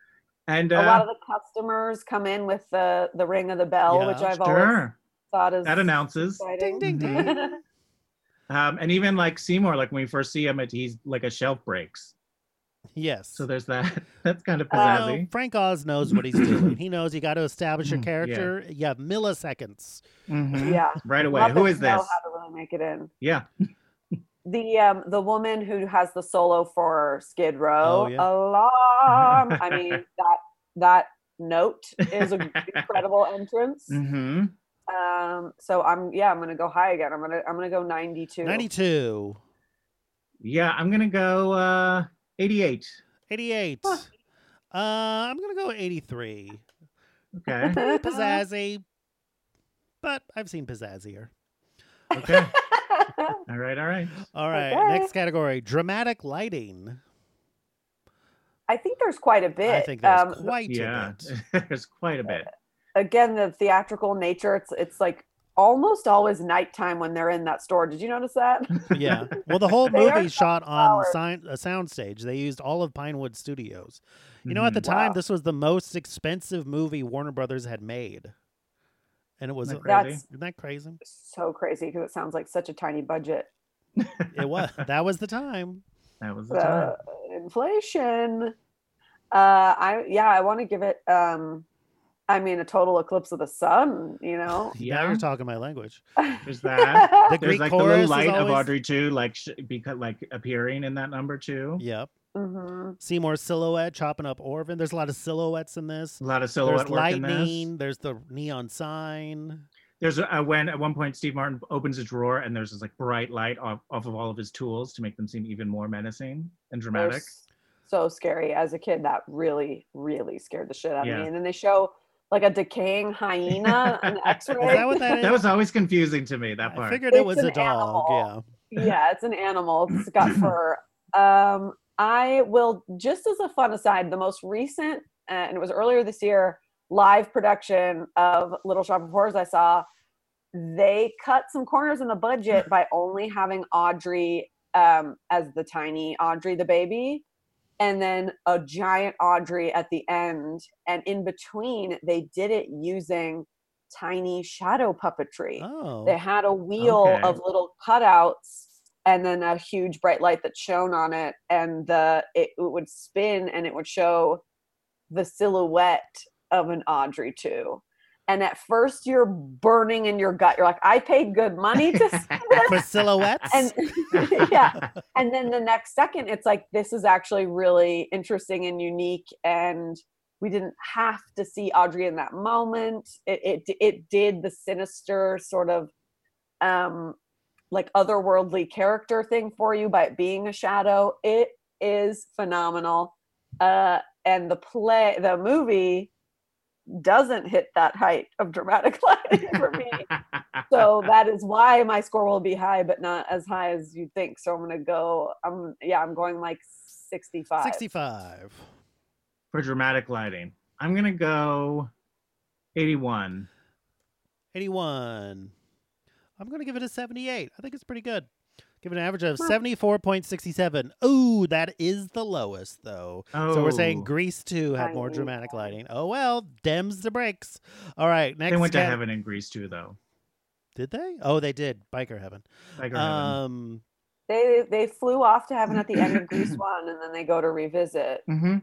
And uh,
A lot of the customers come in with the, the ring of the bell, which
Yeah,
I've always
sure,
thought is
that announces.
exciting.
Ding, ding,
Mhm. Um, and even like Seymour, like when we first see him, it, he's like a shelf breaks.
Yes.
So there's that. that's kind
Uh,
of
Well,
pizzazzy.
Frank Oz knows what he's doing. He knows you got to establish your
Mm, yeah.
character. You have milliseconds.
Mhm.
yeah.
Right away.
Muppets
Who is
know
this?
how to really make it in.
Yeah.
the um the woman who has the solo for Skid Row
Oh, yeah.
alarm. I mean that that note is an incredible entrance.
Mm-hmm.
Um, so I'm yeah I'm gonna go high again. I'm gonna I'm gonna go 92.
92,
Yeah, I'm gonna go uh, 88.
88.
Huh.
Uh, I'm going to go 83.
Okay.
pizzazzy, but I've seen pizzazzier.
Okay. all right. All right.
All right,
Okay.
next category: dramatic lighting.
I think there's quite a bit.
I think that's
um,
quite
Yeah.
a bit.
There's quite a bit.
again the theatrical nature. It's it's like almost always nighttime when they're in that store. Did you notice that?
Yeah. Well, the whole
They are
movie shot on
sunflowers.
sign, a soundstage. They used all of Pinewood Studios. You know, at the
Mhm.
time,
Wow.
this was the most expensive movie Warner Brothers had made, and it was
Isn't that
That's-
crazy?
isn't that crazy?
so crazy because it sounds like such a tiny budget.
It was. that was the time.
That was the time.
uh, inflation. Uh, I yeah, I want to give it. Um, I mean, a total eclipse of the sun. You know,
Now
Yeah.
you're talking my language.
There's that.
The
There's
Greek
like the
chorus
little
is
light of
always-
Audrey too, like sh- because like appearing in that number too.
Yep.
hmm
Seymour's silhouette chopping up Orvin. There's a lot of silhouettes in this.
A lot of
There's
silhouette work in
lightning.
this.
There's the neon sign.
There's a, uh, when at one point Steve Martin opens a drawer and there's this like bright light off, off of all of his tools to make them seem even more menacing and dramatic.
so scary. As a kid, that really, really scared the shit out of
Yeah.
me. And then they show like a decaying hyena, an X-ray.
Is that what that is?
That was always confusing to me. That
I
part.
figured it
It's
was
an
a dog.
animal. yeah, it's an animal. It's got fur. Um, I will, just as a fun aside, the most recent, uh, and it was earlier this year, live production of Little Shop of Horrors I saw, they cut some corners in the budget by only having Audrey um, as the tiny Audrey the baby, and then a giant Audrey at the end. And in between, they did it using tiny shadow puppetry.
Oh.
They had a wheel
Okay.
of little cutouts and then a huge bright light that shone on it and the it, it would spin and it would show the silhouette of an Audrey too. And at first you're burning in your gut. You're like, I paid good money to see this.
For silhouettes?
And yeah. And then the next second it's like this is actually really interesting and unique and we didn't have to see Audrey in that moment. It it it did the sinister sort of um like otherworldly character thing for you by it being a shadow. It is phenomenal. Uh and the play the movie doesn't hit that height of dramatic lighting for me. so that is why my score will be high, but not as high as you think. So I'm gonna go. I'm yeah, I'm going like 65.
65.
for dramatic lighting. I'm gonna go 81.
81. I'm going to give it a 78. I think it's pretty good. Give it an average of 74.67. Ooh, that is the lowest, though. So we're
Oh.
saying Grease 2 had more
Tiny.
dramatic lighting. Oh, well, dems the brakes. All right, next.
they went to
cat-
heaven in Greece too, though.
Did they? Oh, they did. Biker heaven.
Like or
Um,
They they flew off to heaven at the end of Grease one, and then they go to revisit
heaven. Mhm.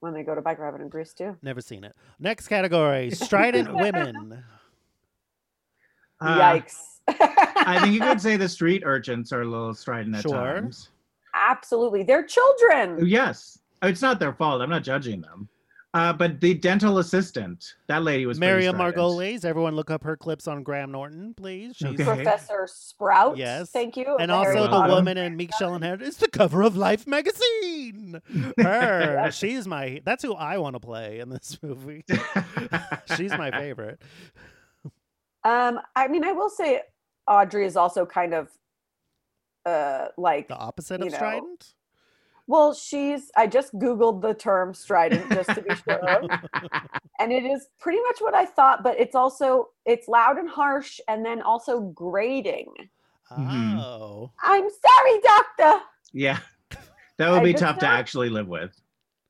when they go to Biker Heaven in Grease two.
never seen it. Next category Strident Women.
Uh,
Yikes!
I think you could say the street urchins are a little strident at
Sure.
times.
absolutely they're children.
Yes, Oh, it's not their fault. I'm not judging them. Uh, but the dental assistant, that lady was pretty
Maria
strident.
Margolis. Everyone look up her clips on Graham Norton, please. She's
Okay.
Professor Sprout.
Yes.
Thank you.
and
of Harry
also the
Potter.
woman in Meek Shell and Head. It's the cover of Life magazine. Her, she's my. That's who I want to play in this movie. she's my favorite.
Um, I mean, I will say Audrey is also kind of uh like
The opposite
You
of
know,
strident.
Well, she's. I just googled the term strident just to be sure, and it is pretty much what I thought. But it's also it's loud and harsh, and then also grating.
Mhm.
Oh,
I'm sorry, doctor.
Yeah, that would
I
be
just
tough to
don't-
actually live with.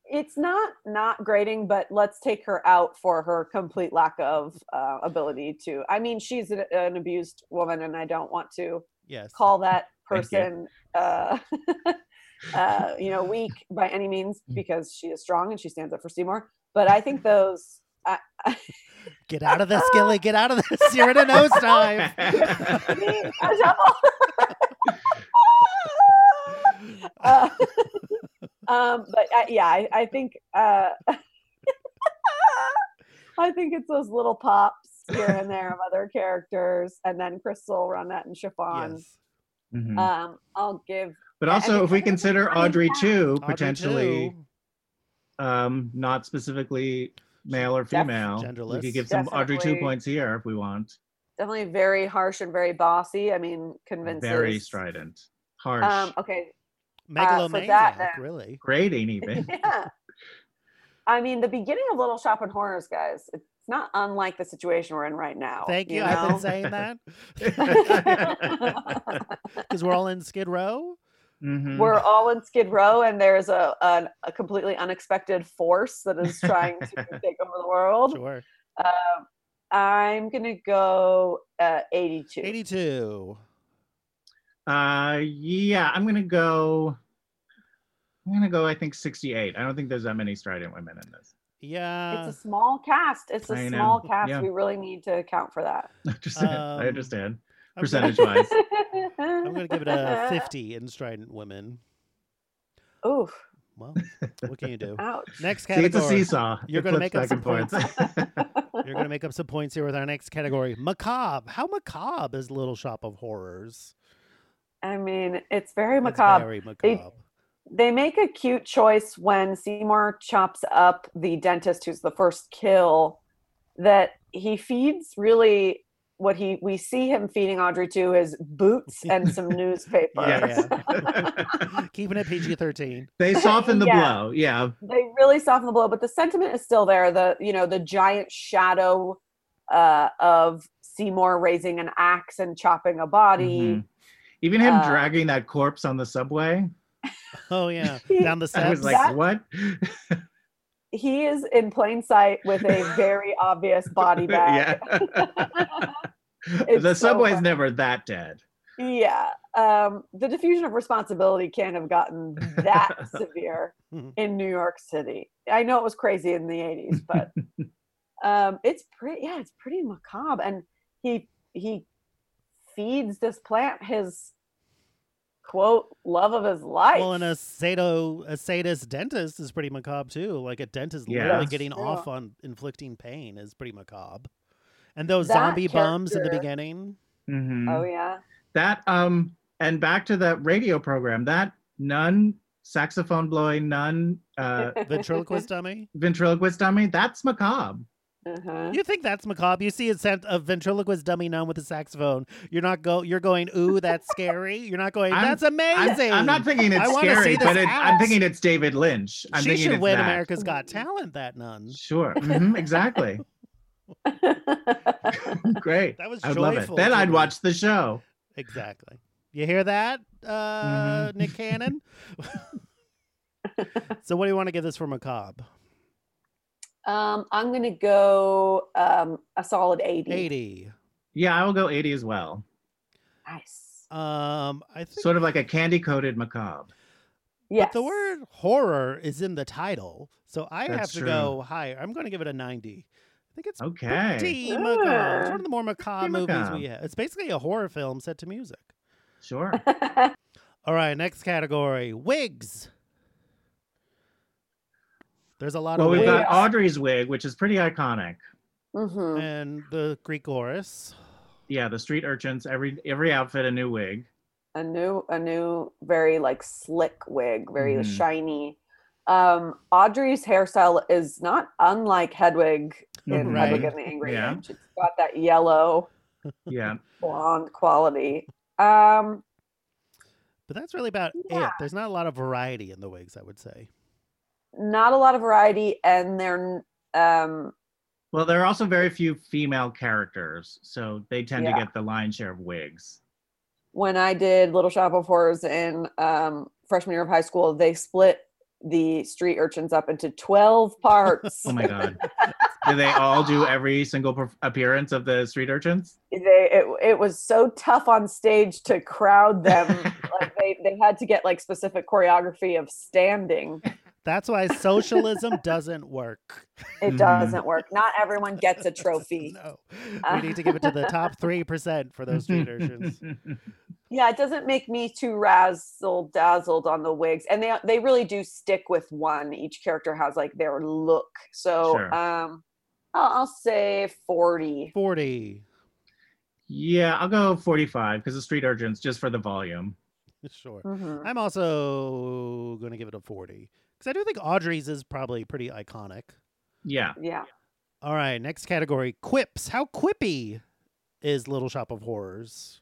It's not not grating, but let's take her out for her complete lack of uh, ability to. I mean, she's an, an abused woman, and I don't want to
yes.
call that
Thank you.
person, uh, uh, you know, weak by any means because she is strong and she stands up for Seymour. But I think those. I,
Get out of this, Gilly. Get out of this. You're in a nose dive.
Me, a shovel. Uh, um, but I, yeah, I, I think uh, I think it's those little pops here and there of other characters, and then Crystal, Ronette, and Chiffon.
Yes.
Mhm.
Um, I'll give
but
I- I
also,
think
if we
that is a
consider
funny
Audrey
fact.
too,
Audrey,
potentially
too.
um, not specifically male or
Def-
female, we
Genderless.
could give some Audrey two
Definitely.
points here if we want.
definitely very harsh and very bossy. I mean, convinces
Very strident, harsh,
Um, okay,
megalomaniac.
then.
really.
grating even.
yeah. I mean, the beginning of Little Shop and Horrors, guys, it's not unlike the situation we're in right now.
Thank you. I've been
know?
saying that
Mhm.
because we're all in Skid Row.
Mhm.
we're all in Skid Row, and there's a, an- a, completely unexpected force that is trying to take over the world.
Sure.
Um, I'm gonna go uh, 82.
82.
Uh, yeah, I'm gonna go. I'm gonna go. I think 68. I don't think there's that many strident women in this.
Yeah.
It's a small cast. It's a
Uh, I know,
small cast.
yeah.
We really need to account for that.
Just- I
Um,
understand
I'm gonna-
percentage wise.
I'm going to give it a 50 in Strident Women.
Oof!
Well, what can you do?
Ouch!
Next
See, it's a
category.
seesaw.
You're
It
gonna make
flips
up
back and
some
forth.
You're going to make up some points here with our next category. Macabre. How macabre is Little Shop of Horrors?
I mean, it's very
It's
macabre.
very
They-
macabre.
they make a cute choice when Seymour chops up the dentist who's the first kill that he feeds really what he we see him feeding Audrey to is boots and some newspaper.
Yes.
Keeping it PG 13.
they soften the
Yeah.
blow. Yeah.
they really soften the blow, but the sentiment is still there. The you know the giant shadow uh, of Seymour raising an axe and chopping a body.
Mhm. Even him
uh,
dragging that corpse on the subway.
Oh, yeah. Down the
I
steps.
was like,
That-
what?
He is in plain sight with a very obvious body bag. It's
the
so
subway's
funny.
never that dead.
Yeah. Um, the diffusion of responsibility can't have gotten that severe
Mhm.
in New York City. I know it was crazy in the 80s, but um, it's pretty, yeah, it's pretty macabre. And he, he feeds this plant his quote, love of his life.
Well, and a sado a sadist dentist is pretty macabre too. Like a dentist literally
Yes.
getting
Yeah.
off on inflicting pain is pretty macabre. And those
That
zombie bums in the
character-
beginning.
Mhm.
oh, yeah.
That um and back to that radio program. That nun, saxophone blowing nun, uh,
Ventriloquist dummy.
ventriloquist dummy. That's macabre.
Uh-huh.
You think that's macabre? You see a sent a ventriloquist dummy nun with a saxophone. You're not go. You're going. Ooh, that's scary. You're not going.
I'm-
That's
I'm,
amazing.
I'm not thinking it's
I wanna see
scary,
this
but it, I'm
ass.
thinking it's David Lynch. I'm
she
thinking
should
it's
win
that.
America's Got Talent. That nun.
Sure. Mhm, exactly. Great.
That was
I would love it.
joyful
Then
to
I'd
me.
watch the show.
Exactly. You hear that, uh,
Mhm.
Nick Cannon? so, what do you want to give this for macabre?
um, I'm going to go um, a solid 80.
80.
Yeah, I will go 80 as well.
Nice.
Um, I think
Sort of like a candy coated macabre.
Yes.
the word horror is in the title, so I have
That's
to
true.
go higher. I'm going to give it a 90. I think it's
Okay.
pretty macabre. It's one of the more macabre movies
macabre.
we have. It's basically a horror film set to music.
Sure.
All right, next category wigs. There's a lot
Well,
of
we've
wigs
got Audrey's wig, which is pretty iconic.
hmm
and the Greek chorus.
Yeah, the street urchins, every every outfit a new wig.
a new a new very like slick wig very
Mm-hmm.
Mhm.
shiny um audrey's hairstyle is not unlike hedwig
Mm-hmm.
in
Mhm.
hedwig
Right.
and the angry
Yeah.
inch it's got that yellow
Yeah.
blonde quality um
But that's really about
Yeah.
it. There's not a lot of variety in the wigs, I would say.
not a lot of variety and they're um
Well, there are also very few female characters, so they tend to
Yeah.
get the lion's share of wigs.
when i did little shop of horrors in um freshman year of high school they split the street urchins up into 12 parts
Oh my god. do they all do every single per- appearance of the street urchins?
they it, it was so tough on stage to crowd them like they, they had to get like specific choreography of standing
That's why socialism doesn't work.
it
Mhm.
doesn't work not everyone gets a trophy
no.
Uh,
We need to give it to the top 3% for those street urchins.
yeah it doesn't make me too razzle dazzled on the wigs and they they really do stick with one each character has like their look so
Sure.
um I'll, I'll say 40
40.
yeah, I'll go 45 because the street urchins just for the volume.
Sure.
Mhm.
I'm also going to give it a 40 because I do think Audrey's is probably pretty iconic.
Yeah.
yeah
All right, next category quips. How quippy is Little Shop of Horrors?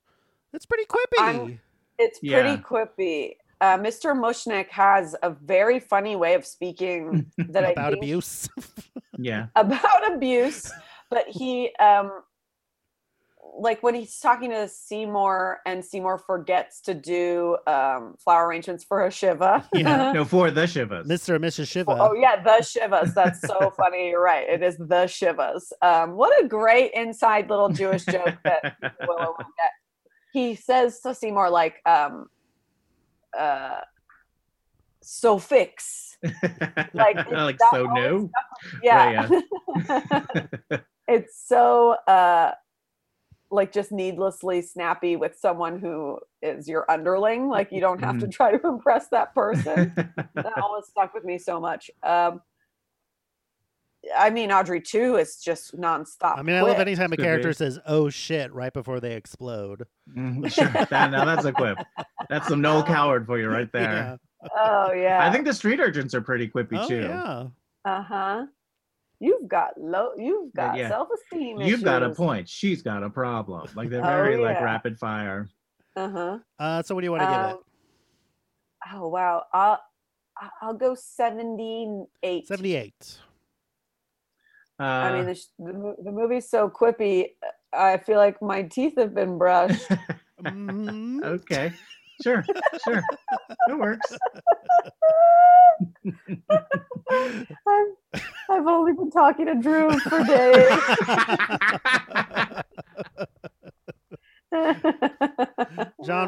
It's pretty quippy.
I'm- It's
Yeah.
pretty quippy. Uh, Mr. Mushnick has a very funny way of speaking that I
about
think-
abuse.
Yeah.
about abuse, but he um like when he's talking to Seymour and Seymour forgets to do um flower arrangements for a Shiva.
Yeah.
No, for the Shivas.
Mr. and Mrs. Shiva.
Oh yeah, the Shivas. That's so funny. You're right. It is the Shivas. Um, what a great inside little Jewish joke that Willow will get. He says to Seymour, like, um, uh, so fix. like, it's
like
that
so
always
new.
Yeah. it's so, uh, like, just needlessly snappy with someone who is your underling. Like, you don't have to try to impress that person. that always stuck with me so much. Um, I mean, Audrey too is just nonstop.
I mean, I love
quick.
anytime a
Could
character
be.
says, oh shit, right before they explode.
Mhm, sure. That- now that's a quip. That's some Noel Coward for you right
Yeah.
there.
Oh yeah.
I think the street urchins are pretty quippy
Oh,
too.
yeah.
Uh huh. You've got low. You've
But
got
yeah,
self-esteem.
You've got a
issues.
point. She's got a problem. Like they're
Oh,
very like
yeah.
rapid fire.
Uh-huh.
Uh, so what do you want to give
Um,
it?
oh wow. I'll I- I'll go seventy-eight.
Seventy-eight.
Uh,
I mean, the, sh- the, mo- the movie's so quippy. I feel like my teeth have been brushed.
Mhm.
okay, sure, sure, it works.
I'm, I've only been talking to Drew for days.
Uh,
John,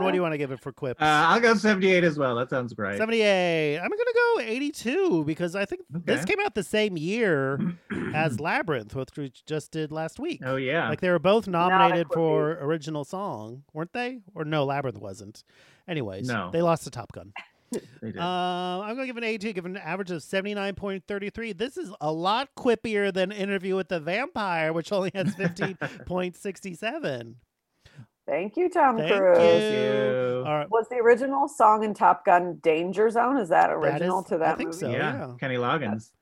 what do you want to give it for quips?
Uh, I'll go seventy-eight as well. That sounds great.
78. I'm going to go 82 because I think this
Okay.
came out the same year as Labyrinth, which we just did last week.
Oh yeah.
Like they were both
a
nominated
quippy.
for original song, weren't they? Or no, Labyrinth wasn't. Anyways,
No.
they lost to Top Gun.
they did.
Uh, I'm going to give it an 82, give it an average of 79.33. This is a lot quippier than Interview with the Vampire, which only has 15.67.
Thank you, Tom
Thank
Cruise.
you. All right.
Was the original song in Top Gun "Danger Zone"? Is that original
is-
to that
I think
movie?
so.
yeah.
yeah.
Kenny Loggins.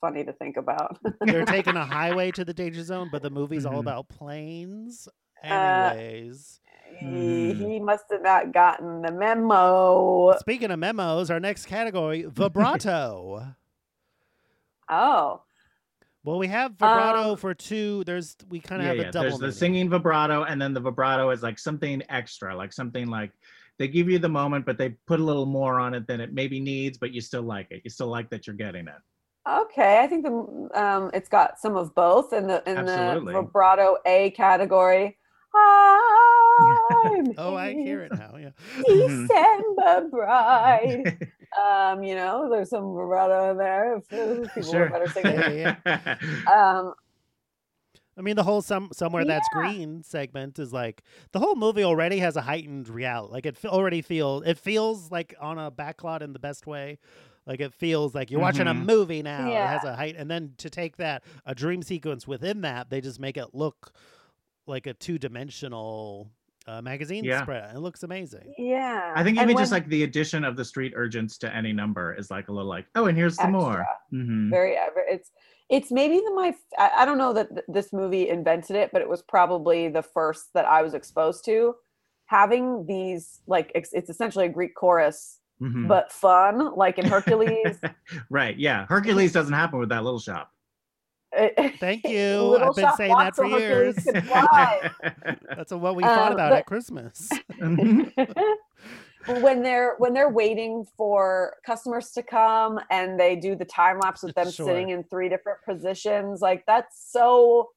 Funny to think about.
they're taking a highway to the danger zone, but the movie's all
Mhm.
about planes.
Uh,
Anyways,
he,
Hmm.
he must have not gotten the memo.
speaking of memos, our next category vibrato.
Oh,
well, we have vibrato
Um,
for two. There's we kind of
Yeah,
have
yeah.
a double.
There's the
meaning.
singing vibrato, and then the vibrato is like something extra, like something like they give you the moment, but they put a little more on it than it maybe needs, but you still like it. You still like that you're getting it.
okay. I think the um, it's got some of both in the in
Absolutely.
the vibrato A category. I'm
Oh, I hear
in
it now. Yeah.
Mhm.
December bride. um, you know, there's some vibrato in there. If if people
Sure.
were better singers.
Yeah, yeah,
Um,
I mean, the whole some somewhere that's green segment is like the whole movie already has a heightened reality. Like it fe- already feels it feels like on a backlot in the best way. Like it feels like you're watching a
Mhm.
movie now. It
Yeah.
has a height, and then to take that a dream sequence within that, they just make it look like a two dimensional uh, magazine
Yeah.
spread. It looks amazing.
yeah.
I think
And
even just
when-
like the addition of the street urgents to any number is like a little like, oh, and here's some more.
Mm-hmm.
Mhm.
very ever it's it's maybe the my I, I don't know that th- this movie invented it but it was probably the first that i was exposed to having these like it's, it's essentially a greek chorus
Mhm.
but fun like in hercules
right. Yeah. Hercules doesn't happen with that little shop.
it-
Thank
it-
you.
Little
I've been
Shop
saying that
walked so
for
Hercules
years.
could fly.
That's what we thought
Um,
about
but-
at Christmas.
Mhm.
when they're when they're waiting for customers to come and they do the time lapse with them
Sure.
sitting in three different positions like that's so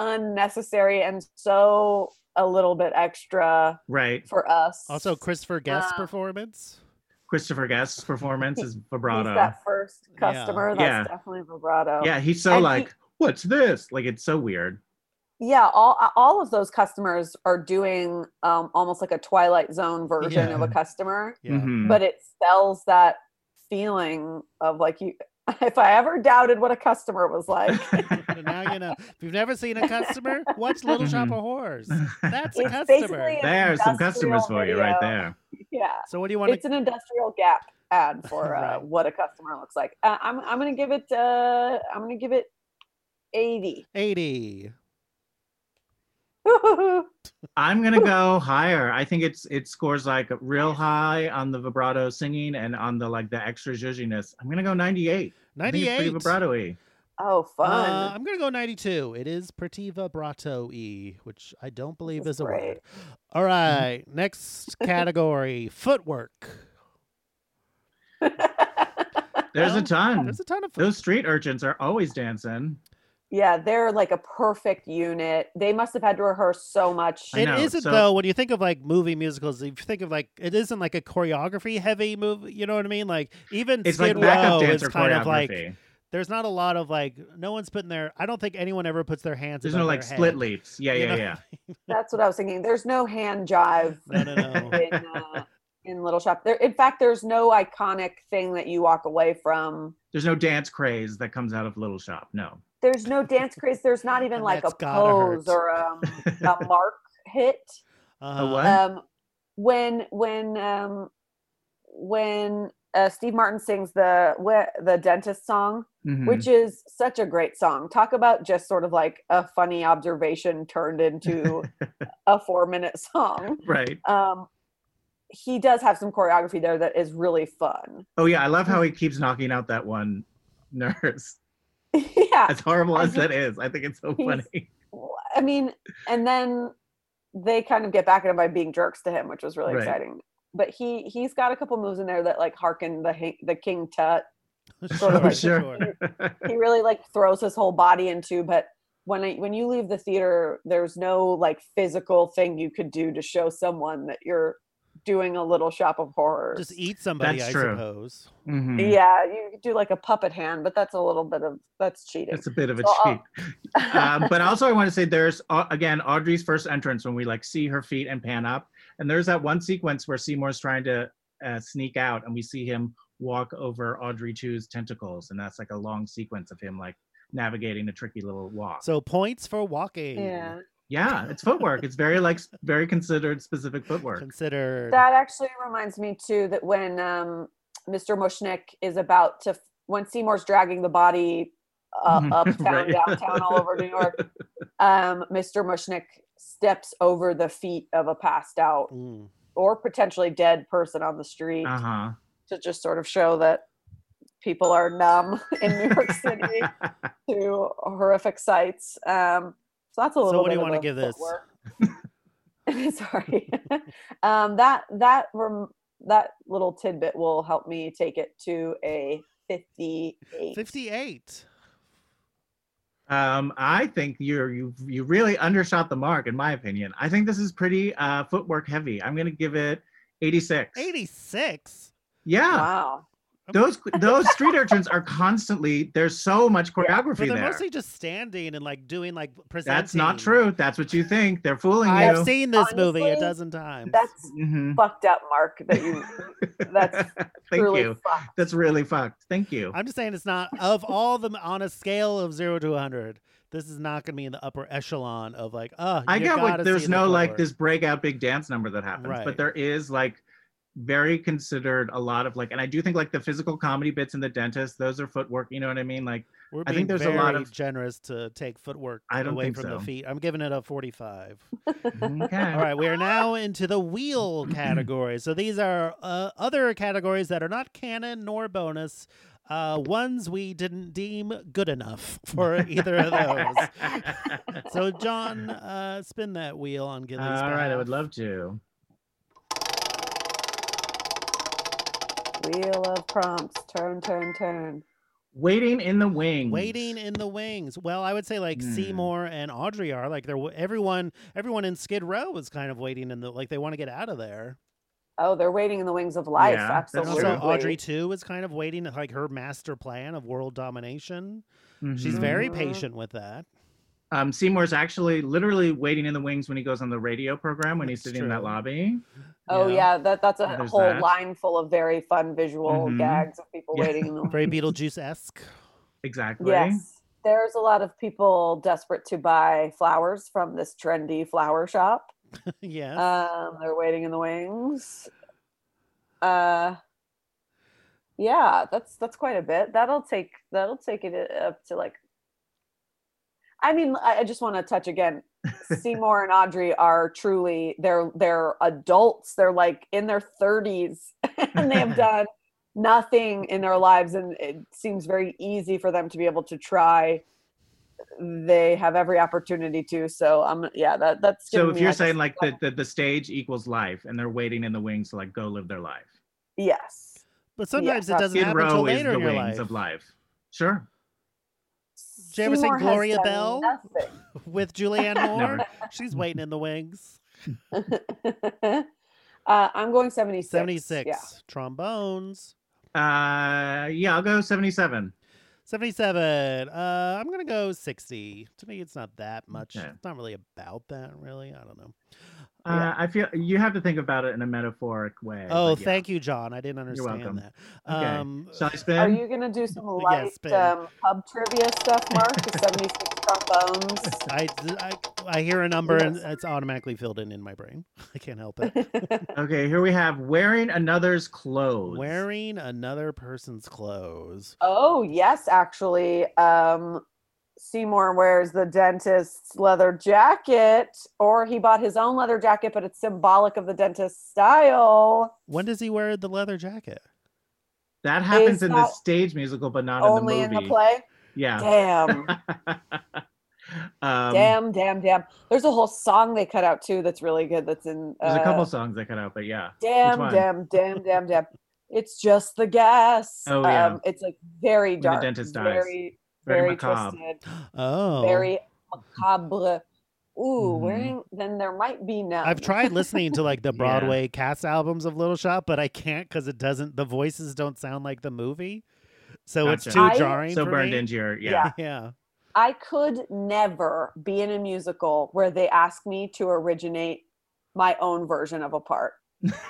unnecessary and so a little bit extra
right.
for us
also, Christopher Guest's
Uh,
performance.
Christopher Guest's performance is
he's
vibrato.
that first
Yeah.
customer
Yeah.
that's definitely vibrato
Yeah. He's so
And he-
like, what's this? Like, it's so weird.
yeah all all of those customers are doing um almost like a twilight zone version of a
Yeah.
customer
Yeah.
Mhm.
but it sells that feeling of like you if i ever doubted what a customer was like
And now you know. If you've never seen a customer, watch Little
Mm-hmm.
Shop of Horrors. That's a
It's
customer.
basically an
There's some customers
industrial
for you right
video.
there.
yeah
So what do you want
it's
to?
an industrial gap ad for uh,
Right.
what a customer looks like uh, I'm, I'm gonna give it uh, i'm gonna give it 80
Eighty.
I'm gonna go higher. I think it's it scores like real high on the vibrato singing and on the like the extra zhuzhiness. I'm gonna go 98. I think it's pretty
Ninety-eight.
vibrato-y.
oh fun
Uh, I'm gonna go ninety-two. It is pretty vibrato y, which I don't believe is,
is
a word.
great.
All
Mm-hmm.
right, next category: footwork.
There's a
Well,
ton.
There's a ton of foot-
Those street urchins are always dancing.
yeah they're like a perfect unit they must have had to rehearse so much
I
It
know,
isn't
so-
though. When you think of like movie musicals, you think of like it isn't like a choreography heavy movie. You know what I mean? Like even
It's
Skid
like backup
Row is
dancer
kind of like
choreography.
there's not a lot of like no one's putting their. I don't think anyone ever puts their hands.
There's
above
no like
their
split
head.
leaps. Yeah,
You
yeah,
know?
yeah.
that's what i was thinking there's no hand jive
No, no, no.
in, uh, in Little Shop. There, in fact, there's no iconic thing that you walk away from.
There's no dance craze that comes out of Little Shop. No.
There's no dance craze. There's not even
And
like a
that's gotta
pose
hurt.
or um, a mark hit.
Uh,
what?
Um, when when um, when uh, Steve Martin sings the wh- the dentist song,
Mhm.
which is such a great song. Talk about just sort of like a funny observation turned into a four minute song.
right.
Um, he does have some choreography there that is really fun.
Oh yeah, I love how he keeps knocking out that one nurse.
yeah.
As horrible
I
as
think
that is, I think it's so
he's-
funny.
I mean, and then they kind of get back at him by being jerks to him, which was really
Right.
exciting. But he he's got a couple moves in there that like harken the hi- the King Tut.
sure,
Sort of like-
Oh, sure.
He really like throws his whole body into. But when I, when you leave the theater, there's no like physical thing you could do to show someone that you're doing a little shop of horrors.
Just eat somebody,
That's
I
true.
suppose.
Mhm.
Yeah, you could do like a puppet hand, but that's a little bit of that's cheating.
That's a bit of a
So uh, I'll-
cheat. um, but also I want to say there's uh, again Audrey's first entrance when we like see her feet and pan up, and there's that one sequence where Seymour's trying to uh, sneak out, and we see him walk over Audrey Chu's tentacles, and that's like a long sequence of him like navigating a tricky little walk.
So points for walking.
yeah.
yeah, it's footwork. it's very like s- very considered specific footwork.
Consider
That actually reminds me too that when um, Mr. Mushnick is about to, when Seymour's dragging the body uh,
Mhm,
uptown,
right.
downtown, all over New York, um, Mr. Mushnick steps over the feet of a passed out
Mm.
or potentially dead person on the street
Uh huh.
to just sort of show that people are numb in New York City to horrific sights. Um, so that's a little.
So what do
bit
you
of
want to
a
give this?
footwork. sorry um that that rem- that little tidbit will help me take it to a 58
58.
Um, I think you're you you really undershot the mark, in my opinion. I think this is pretty uh, footwork heavy. I'm gonna give it 86.
86.
Yeah.
wow
those those street urchins are constantly there's so much
But
choreography
they're
there.
mostly just standing and like doing like presenting.
That's not true. That's what you think. They're fooling
I have
you.
seen this movie a
Honestly,
dozen times.
that's
Mhm.
fucked up mark that you that's
Thank
truly
you.
fucked.
That's really fucked. Thank you.
I'm just saying it's not of all the on a scale of zero to 100. This is not going to be in the upper echelon of like, uh,
I
you
get
gotta
what
see
there's
the
no like
footwork.
this breakout big dance number that happens,
Right.
but there is like very considered a lot of like, and I do think like the physical comedy bits in the dentist, those are footwork. You know what I mean? Like
We're
I
being
think there's a
very
lot of-
generous to take footwork
I don't
away
think
from the
so.
feet. I'm giving it a 45.
okay,
Mm-hmm. All right, we are now into the wheel category. So these are uh, other categories that are not canon nor bonus. Uh, ones we didn't deem good enough for either of Oh, those. so, John, uh, spin that wheel on
All
Gilly's.
right, I would love to.
wheel of prompts turn turn turn
Waiting in the wings.
Waiting in the wings. Well, I would say like
Hmm.
Seymour and Audrey are like they're everyone. Everyone in Skid Row is kind of waiting in the like they want to get out of there.
oh they're waiting in the wings of life
Yeah, that's
And
absolutely
also Audrey too is kind of waiting at like her master plan of world domination. She's
Mhm.
very
Mhm.
patient with that.
Um, Seymour's actually literally waiting in the wings when he goes on the radio program when he's
That's
sitting in that
true.
lobby.
oh
Yeah.
yeah that that's a
There's
whole
that.
line full of very fun visual
Mhm.
gags of people
Yeah.
waiting in the
Very Beetlejuice esque.
Exactly.
Yes. There's a lot of people desperate to buy flowers from this trendy flower shop.
yes.
Um, they're waiting in the wings. Uh, yeah, that's that's quite a bit. That'll take that'll take it uh, up to like. I mean, I, I just want to touch again. Seymour and Audrey are truly they're they're adults. They're like in their thirties, and they have done nothing in their lives, and it seems very easy for them to be able to try. They have every opportunity to. So um, yeah, that that's.
So
giving
if
me,
you're
like, a
saying like
slight-
the, the the stage equals life and they're waiting in the wings to like go live their life.
Yes.
but sometimes it
uh,
doesn't
Skid
happen until
Row is
later
the
in your
wings
life.
of life. Sure.
Did you ever see
Seymour has
Gloria
done
Bell?
nothing.
With Julianne Moore,
Never.
she's waiting in the wings.
uh, I'm going 76.
76.
Yeah.
Trombones.
Uh yeah, I'll go 77.
77. Uh, I'm going to go 60. To me, it's not that much.
Okay.
It's not really about that, really. I don't know.
Uh,
Yeah.
I feel you have to think about it in a metaphoric way.
Oh,
but yeah.
thank you, John. I didn't
You're
understand
welcome.
that.
Okay.
Um,
Shall I
Are
spin?
you gonna do some
Yeah,
light
spin.
um, pub trivia stuff, Mark? The seventy-six trombones.
I, I I hear a number and
Yes.
it's automatically filled in in my brain. I can't help it.
Okay, here we have wearing another's clothes.
Wearing another person's clothes.
Oh yes, actually, um, Seymour wears the dentist's leather jacket, or he bought his own leather jacket, but it's symbolic of the dentist's style.
When does he wear the leather jacket?
that happens
is
in the
that
stage musical, but not
Only
in the movie.
play.
Yeah.
Damn,
um,
damn, damn, damn. There's a whole song they cut out too that's really good. That's in.
There's a
uh,
couple songs that cut out, but yeah.
Damn,
one?
damn, damn, damn, damn. It's just the gas.
Oh, yeah.
Um, it's like very
the
dark.
dentist dies.
very,
Very
very
macabre.
twisted.
Oh,
very macabre. Ooh,
Mhm.
wearing then there might be none.
I've tried listening to like the
Yeah.
Broadway cast albums of Little Shop, but I can't because it doesn't. The voices don't sound like the movie, so it's
Gotcha.
too
I-
jarring.
So
for
burned
me.
into your yeah.
Yeah.
Yeah.
I could never be in a musical where they ask me to originate my own version of a part.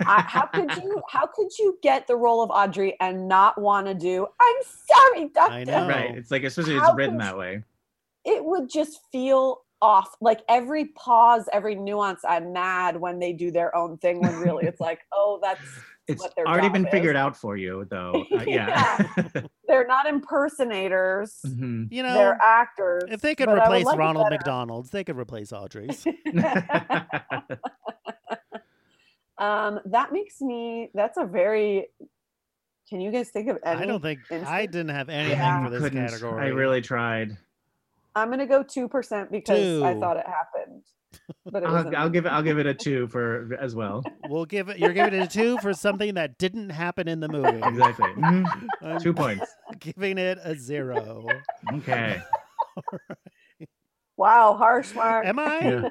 I, how could you? How could you get the role of Audrey and not want to do? I'm sorry, Doctor.
I know.
Right. It's like especially
How
it's written
could-
that way.
It would just feel off. Like every pause, every nuance. I'm mad when they do their own thing. When really, it's like, oh, that's
It's
what their
already
job
been
is.
figured out for you though. Uh, yeah.
Yeah. they're not impersonators.
Mhm.
You know,
they're actors.
if they could
but I would
replace
like it
Ronald
better.
McDonald's, they could replace Audrey's.
Um, that makes me. That's a very. Can you guys think of any?
I don't think I
instant?
didn't have anything
Yeah.
for this
Couldn't.
category.
I really tried.
I'm gonna go two percent because I
Two.
thought it happened. But it
I'll,
wasn't.
I'll give it. I'll give it a two for as well.
We'll give it. You're giving it a two for something that didn't happen in the movie.
Exactly. Mhm.
I'm
Two points.
giving it a zero.
Okay.
wow, harsh mark.
Am I?
Yeah.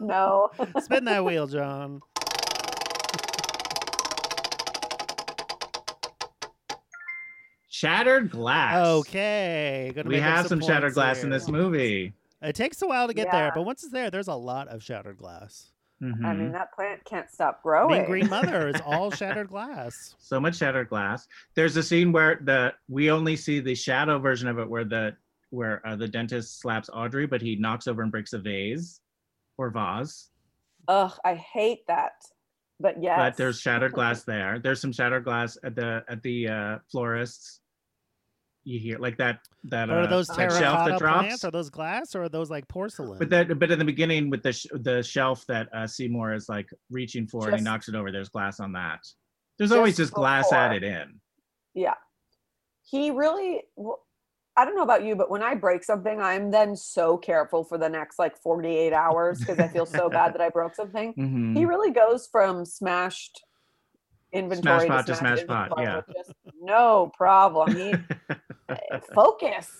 no.
Spin that wheel, John.
Shattered glass.
Okay. Gonna
We
make up
have some
points
shattered glass in
here.
this movie.
It takes a while to get there,
Yeah.
but once it's there, there's a lot of shattered glass.
I
Mhm.
mean, that plant can't stop
I
growing.
mean, Green Mother is all shattered glass.
so much shattered glass. There's a scene where the we only see the shadow version of it, where the where uh, the dentist slaps Audrey, but he knocks over and breaks a vase or vase.
Ugh, I hate that. But yes.
But there's shattered glass there. There's some shattered glass at the at the uh, florists. You hear like that that
But
uh,
are those
that shelf
terracotta
that drops.
plants? Are those glass or are those like porcelain?
But that, but in the beginning with the sh- the shelf that uh, Seymour is like reaching for and he
Just-
knocks it over. There's glass on that. There's always
Just
just glass
before.
added in.
he really w- i don't know about you but when i break something i'm then so careful for the next like 48 hours because i feel so bad that i broke something
Mhm.
he really goes from smashed inventory
pot to
to smashed
smashed pot,
inventory
yeah.
with just no problem he focus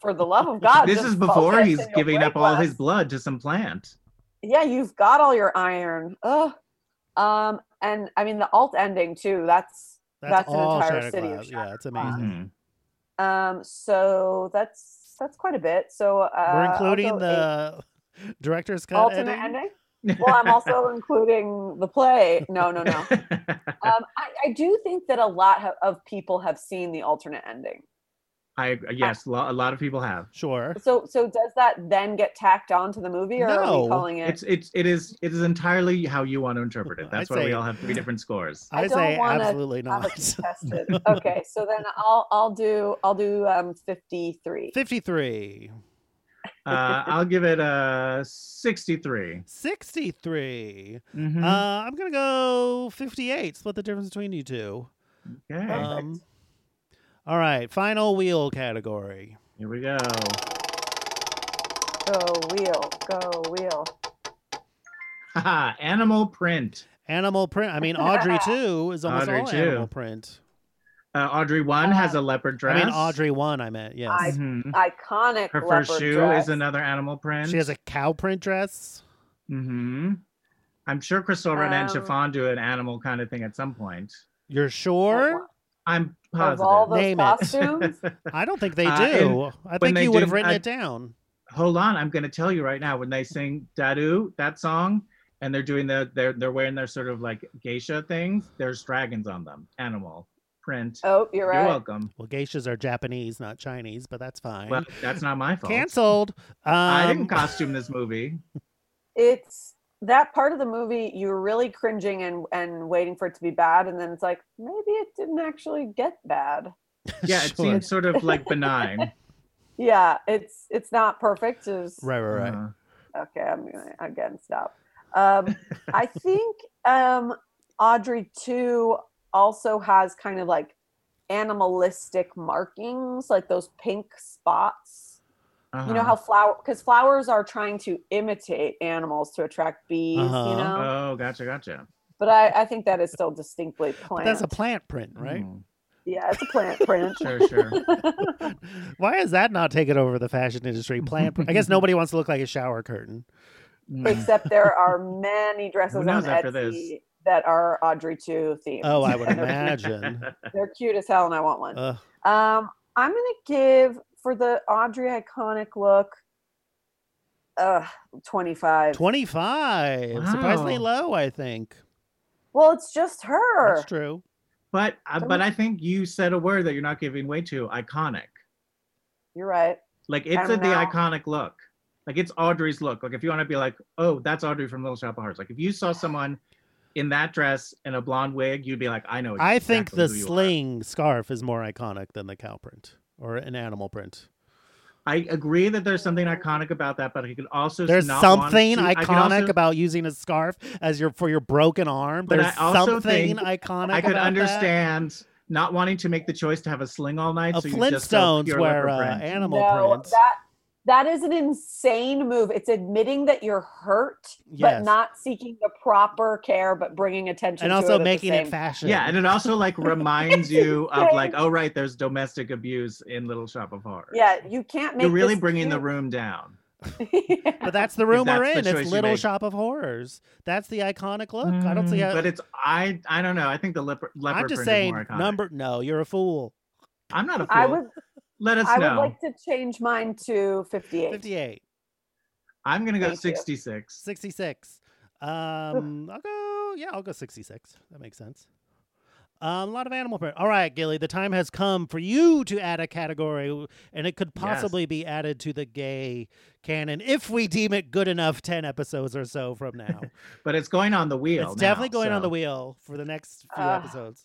for the love of god
this
just
is before
focus
he's
and you'll
giving
break
up all his
less.
blood to some plant.
yeah you've got all your iron Ugh. um and i mean the alt ending too that's that's an
all
entire
shattered
city of
glass.
shattered
Yeah, it's amazing.
Mhm.
Um, so that's that's quite a bit. So uh,
We're
I'll
including
go eight.
the director's cut
alternate
ending?
ending. Well, I'm also including the play. No, no, no. Um, I, I do think that a lot ha- of people have seen the alternate ending.
I yes, lo- a lot of people have.
Sure.
So, so does that then get tacked on to the movie, or are
No.
we calling it?
It's it's it is it is entirely how you want to interpret it.
I'd
That's why
say-
we all have three different scores.
I
I,
don't
say
wanna
absolutely
have it
not.
contested. okay, so then I'll I'll do I'll do um 53.
53.
Uh, I'll give it uh, a 63.
63.
Mhm.
Uh, I'm going to go 58. Split the difference between you two.
okay,
Um, all right. Final wheel category.
here we go.
Go wheel, go wheel.
Haha, Animal print.
Animal print. I mean, Audrey too is almost
Audrey
all
too.
animal print.
Uh, Audrey one has a leopard dress.
I mean, Audrey one. I meant yes.
I-
Mhm.
Iconic.
Her
leopard
first shoe
dress.
is another animal print.
She has a cow print dress.
hmm I'm sure Crystal Renan and
Um,
Chiffon do an animal kind of thing at some point.
You're sure?
I'm
Of all
positive.
those
Name it.
costumes.
I don't think they do.
Uh, and
I
when
think
they
you would have
do-
written
I-
it down.
Hold on, I'm going to tell you right now. When they sing "Dadu," that song, and they're doing the they're they're wearing their sort of like geisha things. There's dragons on them. Animal print.
Oh, you're right.
You're welcome.
Well, geishas are Japanese, not Chinese, but that's fine.
Well, that's not my fault.
Cancelled. Um,
I didn't costume this movie.
It's that part of the movie you're really cringing and and waiting for it to be bad, and then it's like maybe it didn't actually get bad.
Yeah, it
Sure.
seems sort of like benign.
Yeah, it's it's not perfect. It's,
Right, right, right.
Uh,
Okay, I'm gonna again stop. Um, I think um, Audrey too also has kind of like animalistic markings, like those pink spots. You know
uh-huh.
how flower because flowers are trying to imitate animals to attract bees.
Uh-huh.
You know,
Oh, gotcha, gotcha.
but I, I think that is still distinctly
But
plant.
that's a plant print, right?
Mm,
yeah, it's a plant print.
Sure, sure.
Why is that not taking over the fashion industry? Plant. print. I guess nobody wants to look like a shower curtain.
Mm.
Except there are many dresses on
knows after this?
Etsy that are Audrey too themed.
Oh, I would
And they're-
imagine.
They're cute as hell, and I want one.
Ugh.
Um, I'm gonna give for the Audrey iconic look. Uh, 25.
25. Surprisingly
Wow.
low, I think.
Well, it's just her.
That's true.
But uh,
Don't-
but I think you said a word that you're not giving way to. Iconic.
You're right.
Like it's
don't
a, the
know.
iconic look. Like it's Audrey's look. Like if you want to be like, oh, that's Audrey from Little Shop of Horrors. Like if you saw someone in that dress and a blonde wig, you'd be like, I know.
I think
exactly
the
who you are."
sling scarf is more iconic than the cow print or an animal print.
I agree that there's something iconic about that, but I could also
There's
not want
something
to- I could
iconic
also-
about using a scarf as your for your broken arm.
But I
There's
also
something
think
iconic.
I could
about
understand not wanting to make the choice to have a sling all night.
that. a
so you just go
Flintstones
pure
where
leopard
uh,
print.
animal
no,
prints.
that that is an insane move. It's admitting that you're hurt,
Yes.
but not seeking the proper care, but bringing attention
and
to it
also
at the
making it
same-
fashion.
yeah, and it also like reminds you of
insane.
like, oh right, there's domestic abuse in Little Shop of Horrors.
Yeah, you can't make.
you're really
this
bringing the
cute-
room down.
but that's the room we're
that's the
in.
choice
It's
you
Little
make.
Shop of Horrors. That's the iconic look. I don't see
Mm,
how.
But it's I. I don't know. I think the leopard. leopard
I'm just
print is
saying
more iconic.
number. No, you're a fool.
I'm not a fool.
I would.
Let us
I would
know.
like to change mine to 58.
58,
I'm gonna go
Thank you.
66.
66. Um, I'll go. Yeah, I'll go 66. That makes sense. Um, a lot of animal print. All right, Gilly, the time has come for you to add a category, and it could
Yes.
possibly be added to the gay canon if we deem it good enough 10 episodes or so from now.
But it's going on the wheel.
it's definitely
now,
going on
so-
the wheel for the next few
Ah.
episodes.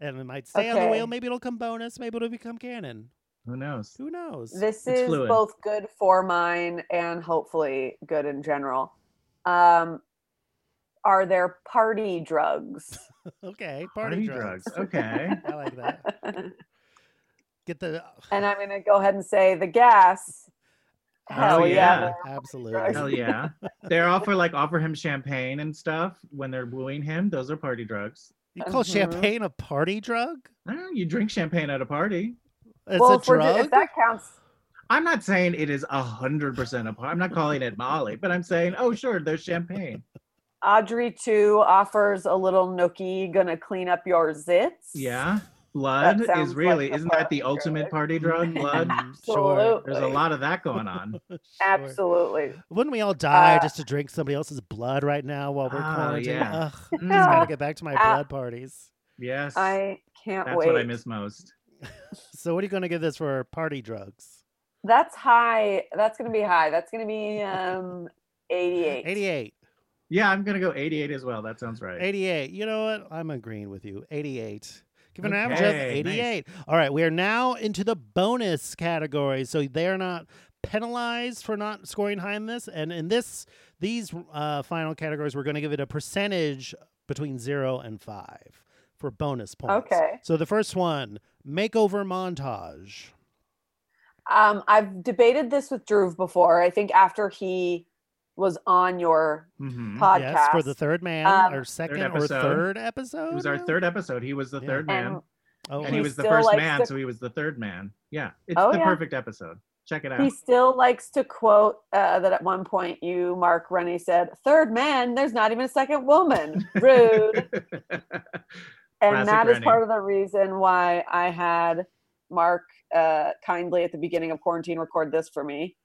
And it might stay on the
Okay.
wheel. Maybe it'll come bonus. Maybe it'll become canon.
Who knows?
Who knows?
This
It's
is
fluid.
both good for mine and hopefully good in general. Um, are there party drugs?
okay, party,
Party
drugs.
drugs. Okay.
I like that.
and
Get the
I'm going to go ahead and say the gas. Hell
Oh, yeah.
yeah.
absolutely.
Hell yeah. They're all for like offer him champagne and stuff when they're wooing him. Those are party drugs.
You call
Mhm.
champagne a party drug?
I don't know, you drink champagne at a party.
It's
well,
a
if, we're do-
drug.
if that counts,
I'm not saying it is a hundred percent a party. I'm not calling it Molly, but I'm saying, oh sure, there's champagne.
Audrey too offers a little nookie, going to clean up your zits.
Yeah. Blood
sounds
is
like
really
a
isn't that the
party
ultimate
drug.
party drug? Blood.
Mm, Sure.
Absolutely.
There's a lot of that going on.
Sure.
Absolutely.
Wouldn't we all die
Uh,
just to drink somebody else's blood right now while we're
Oh,
quarantined?
yeah.
Ugh,
Mm,
I just gotta get back to my
Uh,
blood parties.
yes.
I can't
that's
wait.
what I miss most.
So what are you gonna give this for party drugs?
That's high. That's going to be high. That's going to be um, 88.
Eighty-eight.
Yeah, I'm gonna go 88 as well. That sounds right.
88. You know what? I'm agreeing with you. 88. Give an average of
Okay, nice.
88. All right, we are now into the bonus category. So they are not penalized for not scoring high in this. And in this, these uh, final categories, we're going to give it a percentage between zero and five for bonus points.
Okay.
So the first one, makeover montage.
Um, I've debated this with Drew before. I think after he was on your podcast,
Mhm.
Mm, Yes, for the third man,
Um,
our second or
episode.
third episode.
It was our
now?
third episode. He was the
Yeah.
third man.
and
Oh,
and he
he
was the
still
first
likes
man,
to-
so he was the third man. Yeah, it's
Oh,
the
yeah.
perfect episode. Check it out.
he still likes to quote uh, that at one point you, Mark Rennie, said, Third man, there's not even a second woman. Rude.
Classic
and that is
Rennie.
part of the reason why I had Mark uh, kindly at the beginning of quarantine record this for me.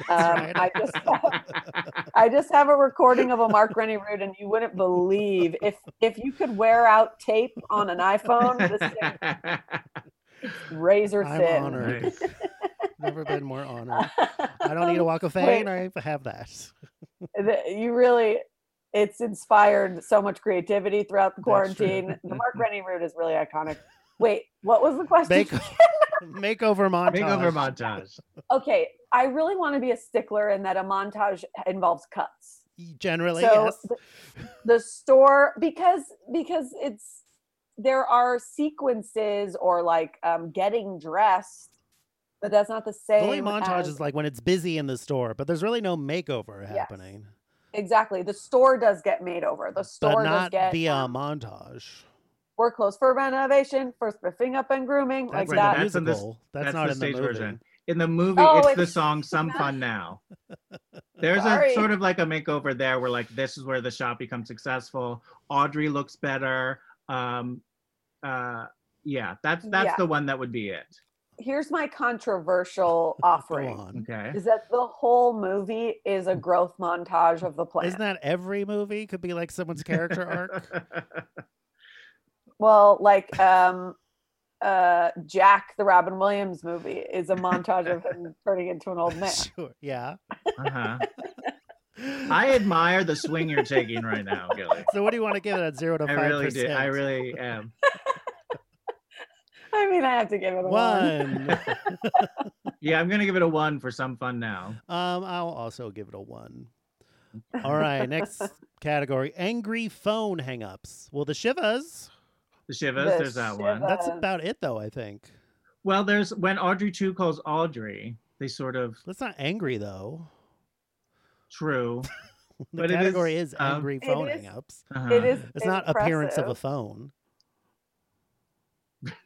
Um, I just have, I just have a recording of a Mark Rennie route, and you wouldn't believe if if you could wear out tape on an iPhone, this thing is razor
I'm
thin.
honored.
Nice.
Never been more honored. I don't need a walk of fame. I have that.
the- you really it's inspired so much creativity throughout the
That's true.
quarantine. The Mark Rennie route is really iconic. Wait, what was the question?
Make, makeover montage.
Makeover montage.
okay, I really want to be a stickler in that a montage involves cuts.
E, Generally,
so
yes.
the, the store because because it's there are sequences or like um, getting dressed, but that's not the
The
same.
only montage
as-
is like when it's busy in the store, but there's really no makeover
Yes.
happening.
exactly the store does get made over. The store
But
does
not
get
via
um,
montage.
we're closed for renovation, for spiffing up and grooming, like
That's in
right,
the
that.
that's in this-
musical. That's,
that's
not
the
in
stage
the movie.
version. In the movie,
Oh,
it's, the
it's-
song "Some Fun Now." There's
Sorry.
a sort of like a makeover there, where like this is where the shop becomes successful. Audrey looks better. Um, uh, yeah, that's that's
Yeah.
the one that would be it.
Here's my controversial
Go
offering:
on.
Okay.
is that the whole movie is a growth montage of the plan.
Isn't that every movie? Could be like someone's character arc.
well, like um, uh, Jack, the Robin Williams movie, is a montage of him turning into an old man.
sure. Yeah.
uh-huh. I admire the swing you're taking right now, Gilly.
so what do you want to give it at zero to
I
five
really
percent?
do. I really am.
I mean, I have to give it a one.
one.
Yeah, I'm gonna give it a one for some fun now.
Um, I'll also give it a one. All right, next category: angry phone hangups. Well, the shivas.
The Shivas,
The
there's that one.
Shiva-
That's
Uh,
about it, though. I think
Well, there's when Audrey two calls Audrey. They sort of
that's not angry though.
true.
The
But it is,
category is,
um,
angry
It
phone
is-
hangups.
Uh-huh.
It is.
It's not appearance of a
impressive.
phone.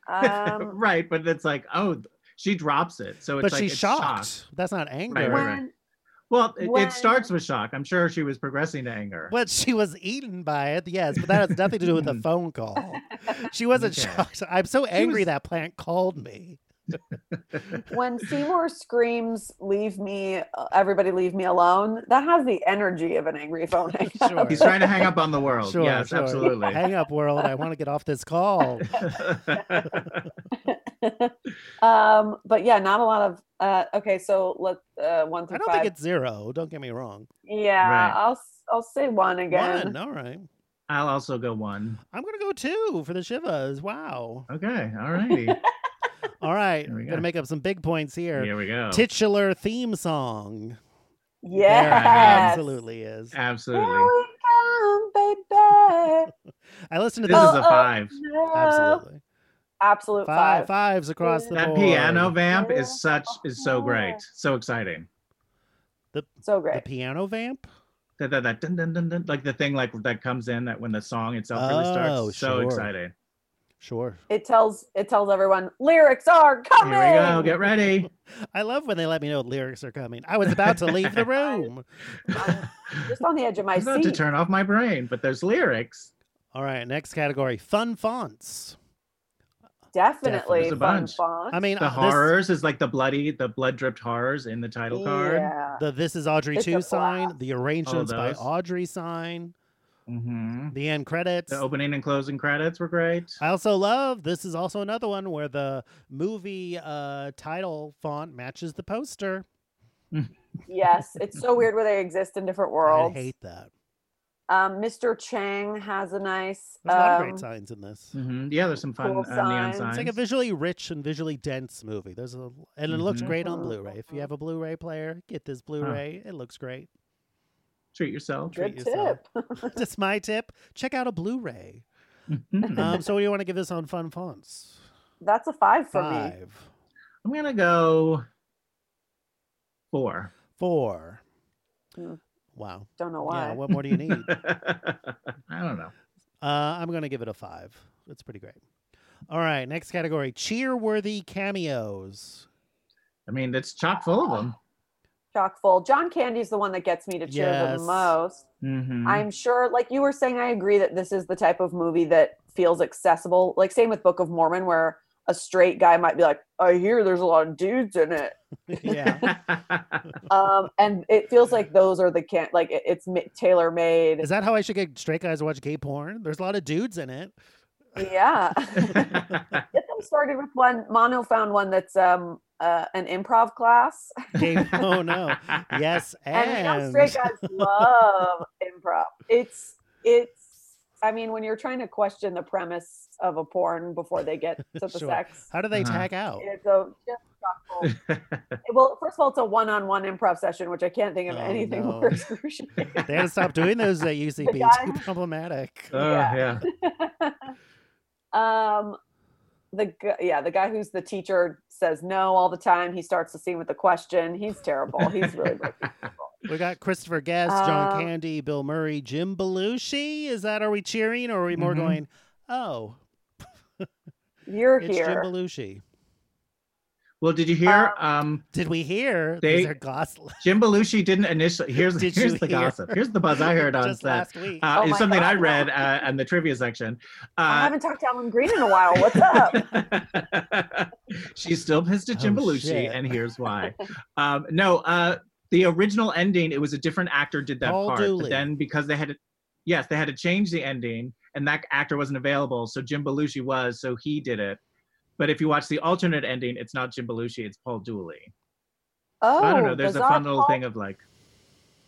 Um,
right, but it's like, oh, th- she drops it. So it's
but
like
she's
it's
shocked. That's not anger.
Right, right, right.
when-
Well, it,
When-
it starts with shock. I'm sure she was progressing to anger. Hmm.
But she was eaten by it, yes, but that has nothing to do with the phone call. She wasn't
Mm.
Okay.
shocked. I'm so angry
was-
that plant called me.
when Seymour screams, "Leave me, uh, everybody, leave me alone," that has the energy of an angry phone. hangout.
Sure.
He's trying to hang up on the world.
Sure,
yes,
sure.
absolutely.
Hang up, world. I want to get off this call.
um, but yeah, not a lot of. Uh, okay, so let uh, one
I
through
don't
five.
think it's zero. Don't get me wrong.
yeah,
Right.
I'll s- I'll say one again.
One. All right.
I'll also go one.
I'm gonna go two for the Shivas. Wow.
Okay, all righty.
All right.
There we
gonna
go.
make up some big points here.
Here we go.
Titular theme song.
Yes,
Absolutely is.
Uh,
Here
Absolutely.
we come, baby.
I listened to
This
this.
Oh,
is a five.
No.
Absolutely.
Absolute
Five
five.
fives across the
That
board.
piano vamp
Yeah.
is such is so great.
Oh.
So exciting.
So
The
great.
piano vamp.
That, that, that dun, dun, dun, dun, like the thing like that comes in that when the song itself really starts.
Oh,
so
sure.
exciting.
Sure.
It tells it tells everyone lyrics are coming.
Here we go. Get ready.
I love when they let me know lyrics are coming. I was about to leave the room.
Just on the edge of my
I'm about to
seat.
turn off my brain, but there's lyrics.
All right, next category: fun fonts.
Definitely
There's a
fun
bunch.
font.
I mean,
The
uh, this-
horrors is like the bloody, the blood dripped horrors in the title card.
Yeah.
the "This Is Audrey
It's a
2" sign,
blast.
the arrangements by
those.
Audrey sign,
hmm
the end credits.
The opening and closing credits were great.
I also love this is also another one where the movie uh, title font matches the poster.
Yes, it's so weird where they exist in different worlds.
I hate that.
Um, Mr. Chang has a nice.
There's a lot of
um,
great signs in this.
hmm Yeah, there's some fun
Cool
uh, neon
signs.
signs.
It's like a visually rich and visually dense movie. There's a and it looks
Mhm.
great on
Mhm,
Blu-ray. If you have a Blu-ray player, get this Blu-ray. It looks great.
Treat yourself.
Treat
Good
yourself.
tip.
That's my tip. Check out a Blu-ray.
Mhm.
Um, so, what do you want to give this on Fun Fonts?
That's a five for me.
Five,
I'm gonna go four.
four.
Mm.
Wow.
Don't know
Yeah.
why.
What more do you need?
I don't know.
Uh, I'm going to give it a five. That's pretty great. All right, next category: cheerworthy cameos.
I mean, it's chock full of them.
Chock full. John Candy's the one that gets me to cheer
Yes.
the most.
Mm-hmm.
I'm sure, like you were saying, I agree that this is the type of movie that feels accessible. Like same with Book of Mormon, where a straight guy might be like, "I hear there's a lot of dudes in it."
yeah,
um, and it feels like those are the can like it, it's tailor made.
Is that how I should get straight guys to watch gay porn? There's a lot of dudes in it.
Yeah. Get them started with one. Mono found one that's um uh, an improv class.
Gay, oh no. Yes, and,
And, you know, straight guys love improv. It's it's I mean, when you're trying to question the premise of a porn before they get to the
Sure.
sex,
How do they
Uh-huh.
tag out?
it's a just chock full. well, first of all, it's a one-on-one improv session, which I can't think of
Oh,
anything
no.
more excruciating.
They had to stop doing those at UCB. Too
guys-
problematic.
Oh, yeah.
um the gu- yeah the guy who's the teacher says no all the time he starts the scene with a question he's terrible he's really broken
We got Christopher Guest, John
Um,
Candy, Bill Murray, Jim Belushi. Is that are we cheering or are we more
Mhm.
going? Oh,
you're
it's Jim
here
Belushi.
Well, did you hear?
Uh,
Um,
Did we hear?
They-
These are Gosling.
Jim Belushi didn't initially. Here's
Did
here's
you
the
hear?
gossip. Here's the buzz I heard on
just
set.
last week.
Uh,
Oh
it's
my
something
God,
I
no.
read uh, in the trivia section.
i
Uh,
haven't talked to alan green in a while what's up
She's still pissed at Jim
Oh,
Belushi,
shit.
and here's why. um, no, uh, the original ending, it was a different actor did that
Paul
part. but
Dooley.
then because they had to, yes, they had to change the ending, and that actor wasn't available, so Jim Belushi was, so he did it. But if you watch the alternate ending, it's not Jim Belushi, it's Paul Dooley.
oh
I don't know. There's a
bizarre
fun little
paul,
thing of like,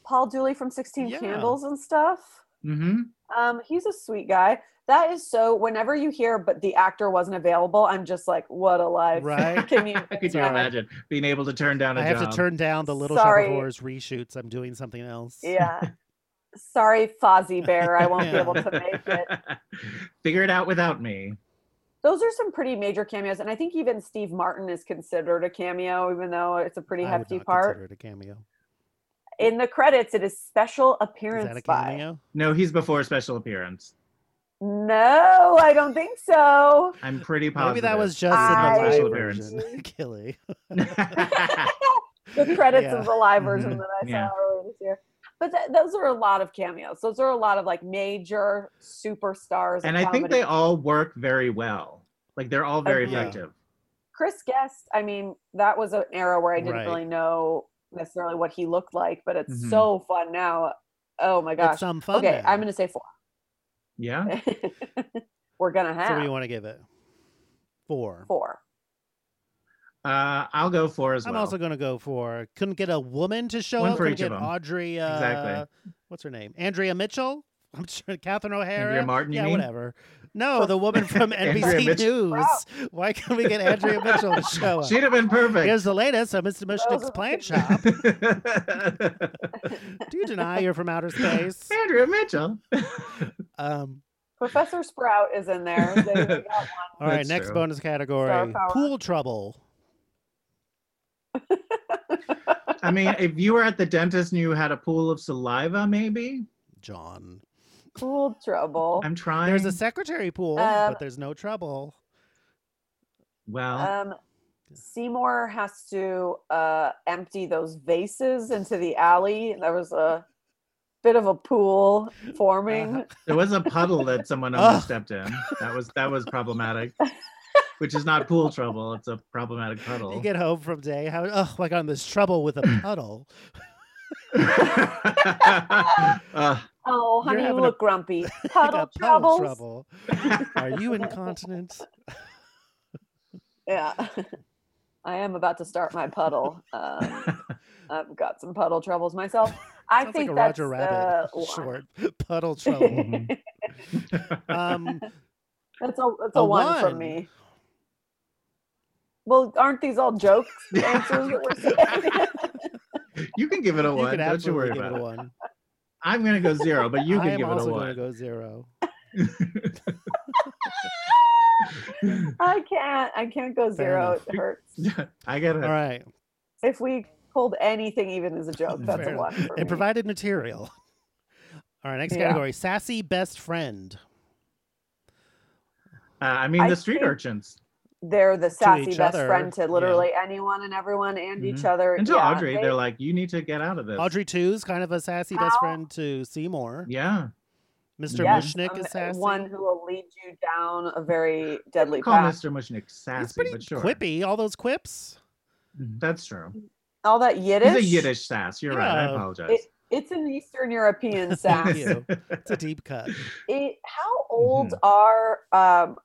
paul dooley from 16
Yeah.
candles and stuff
mm-hmm.
um he's a sweet guy that is so whenever you hear but the actor wasn't available i'm just like what a life
Right?
can you
Could you
Yeah.
imagine being able to turn down a
I
job?
have to turn down the Little Shop
Sorry.
of Horrors reshoots. I'm doing something else.
yeah sorry fozzie bear i won't be able to make it
Figure it out without me.
those are some pretty major cameos and i think even steve martin is considered a cameo even though it's a pretty
I would
hefty
not
part
consider it a cameo.
in the credits it is special
Is
appearance
that a
by
cameo?
No, he's before special appearance.
no i don't think so
I'm pretty positive.
Maybe that was just
I-
in the
Special
live
appearance.
version. Killy.
the credits
Yeah. Mm-hmm.
of the live version
Mhm.
that i
Yeah.
saw earlier this year but th- those are a lot of cameos those are a lot of like major superstars of
and I think
comedy.
they all work very well. Like they're all very
Agreed.
effective.
chris guest i mean that was an era where i didn't
Right. Mm-hmm.
really know necessarily what he looked like but it's
Mhm.
so fun now oh my gosh
It's some fun.
okay
now.
i'm gonna say four
Yeah.
we're gonna
So what
have
do you want to give it? Four.
four.
Uh, I'll go four as
I'm
well.
also going to go for couldn't get a woman to show
One
up.
for
couldn't
each of
get
them.
Audrey. Uh,
Exactly.
What's her name? Andrea Mitchell. I'm sure Catherine O'Hara.
Martin, you
Yeah,
mean?
whatever. No, the woman from
Andrea
NBC
Mitchell.
News. Why can't we get Andrea Mitchell to show up?
She'd have been perfect.
Here's the latest on Mr. Mushnick's
are
plant
good.
shop. Do you deny you're from outer space?
Andrea Mitchell.
Um,
Professor Sprout is in there. They got one.
all right,
That's
next
true.
bonus category:
Star power.
pool trouble.
I mean, if you were at the dentist and you had a pool of saliva, maybe.
John,
Pool trouble.
I'm trying.
there's a secretary pool,
Um,
but there's no trouble.
well,
Um, Seymour has to uh, empty those vases into the alley. There was a bit of a pool
Uh,
forming.
there was a puddle that someone
Ugh.
overstepped in. That was that was problematic. Which is not pool trouble. It's a problematic puddle.
You get home from day. How? Oh my God, I'm in this trouble with a puddle.
Uh,
Oh, honey, you
having a-
look grumpy.
I
Puddle
got puddle
troubles.
trouble. Are you incontinent?
Yeah. I am about to start my puddle. Um, I've got some puddle troubles myself. I
Sounds like
think
a
that's
Roger Rabbit
uh, one.
short. Puddle trouble. um,
That's a that's a,
A
one,
one.
from me. Well, aren't these all jokes? answers that we're saying?
you can give it a
you
one.
could
Don't you
absolutely
worry
give
about
it
it.
a one.
I'm gonna go zero, but you
I
can
am
give it a
also going to
one.
go zero.
I can't. I can't go zero.
enough.
It hurts.
I gotta.
All right.
If we pulled anything even as a joke, that's
Fair
a
enough.
one. For
It
me.
provided material. All right, next
Yeah.
category: sassy best friend.
Uh, I mean,
I
the street
think-
urchins
They're the sassy
each
best
other,
friend
yeah.
to literally anyone and everyone and each
Mhm.
other.
and to
Yeah,
Audrey,
they-
they, are like, "You need to get out of this."
Audrey two's kind of a sassy best
Ow.
friend to Seymour.
Yeah.
Mr.
yes,
Mushnick is
um,
sassy.
One who will lead you down a very deadly
Call
path.
Mr. Mushnick sassy,
He's pretty
but sure.
quippy. All those quips.
That's true.
all that Yiddish.
It's a Yiddish sass. You're right. I
Yeah.
apologize.
It, it's an Eastern European sass.
Oh, you. It's a deep cut.
it, how old are
Mm-hmm.
um,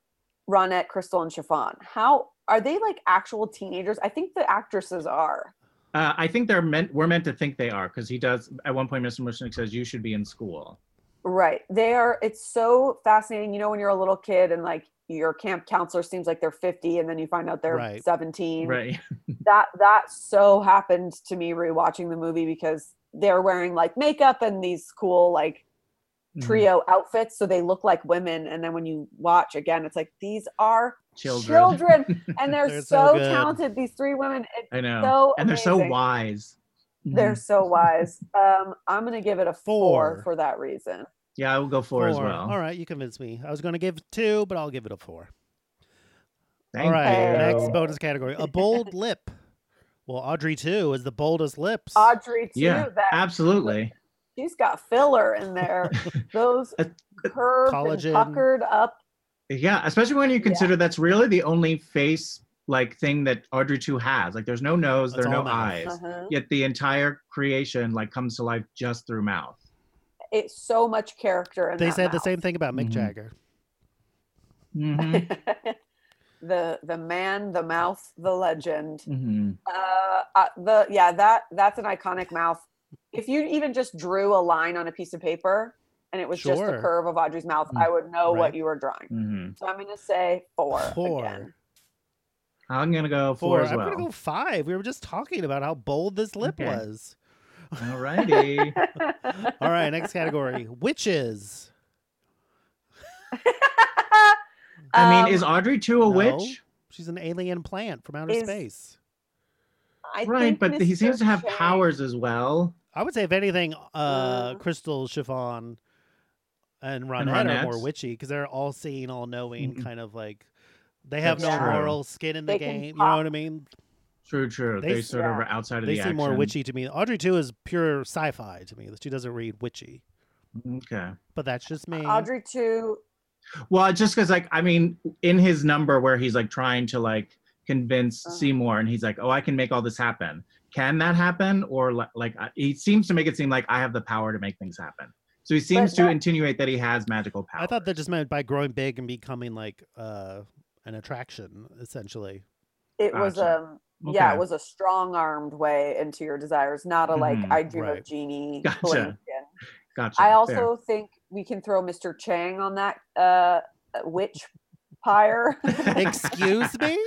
Ronette, Crystal, and Chiffon? How are they like actual teenagers? I think the actresses are.
uh, I think they're meant. We're meant to think they are because he does. At one point, Mr. Mushnick says you should be in school.
Right. They are. It's so fascinating. You know, when you're a little kid and like your camp counselor seems like they're 50 and then you find out they're
Right.
17.
Right.
That that so happened to me rewatching the movie because they're wearing like makeup and these cool like
Mm-hmm.
trio outfits so they look like women and then when you watch again it's like these are
Children.
children, and they're,
They're so
so,
good.
talented these three women it's
I know.
so
and they're so
amazing.
wise. Mhm.
they're so wise um i'm gonna give it a four,
Four.
for that reason
Yeah, I will go four, as well.
All right, you convinced me. I was going to give two, but I'll give it a four.
Thank
All right,
you.
next bonus category: a bold lip. Well, Audrey too is the boldest lips.
audrey too
Yeah,
that
absolutely.
she's got filler in there those
Uh,
curved
Collagen.
and puckered up
Yeah, especially when you
Yeah.
consider that's really the only face like thing that Audrey 2 has. Like there's no nose, there
It's
are no
all mouth.
eyes.
uh-huh.
Mm-hmm.
Yet the entire creation like comes to life just through mouth.
it's so much character in
they
that
said the
mouth.
same thing about Mick
Mhm.
Jagger.
Mhm,
the the man the mouth the legend
mhm.
uh, uh, the yeah that that's an iconic mouth. If you even just drew a line on a piece of paper and it was just
Sure. Mm.
the curve of Audrey's mouth, I would know
Right. Mm.
what you were drawing.
Mhm.
So I'm gonna say four.
Four.
again.
I'm gonna go four, as
I'm
well.
gonna go five. We were just talking about how bold this lip
Okay.
was.
All righty.
All right, next category: witches.
I mean,
Um,
is Audrey 2
no.
a witch?
She's an alien plant from outer
Is-
space.
I
right,
think
but he
Mr.
seems to have
Chang-
powers as well.
I would say if anything, uh,
Uh.
Crystal Chiffon and Ronette,
And
are more
Ronette's.
witchy because they're all seeing, all knowing,
Mhm.
kind of like they have
That's
no
true.
moral skin in the
They can
game. You know what I
pop.
mean?
True, true.
They
They,
s-
sort of
yeah.
are outside of
They
the
seem
action.
more witchy to me. Audrey too is pure sci-fi to me. She doesn't read witchy,
Okay.
but that's just me.
Audrey two.
Well, just because, like, I mean, in his number where he's like trying to like convince
Uh.
Uh-huh.
Seymour, and he's like, "Oh, I can make all this happen." Can that happen? Or li- like, I- he seems to make it seem like I have the power to make things happen. So he seems
But
to
that-
insinuate that he has magical power.
I thought that just meant by growing big and becoming like uh, an attraction, essentially.
It was
Gotcha.
um yeah,
Okay.
it was a strong armed way into your desires, not a like
Mhm,
I dream
right.
of genie.
Gotcha.
Blinken.
Gotcha.
I
Fair.
also think we can throw Mr. Chang on that uh, witch pyre.
Excuse me.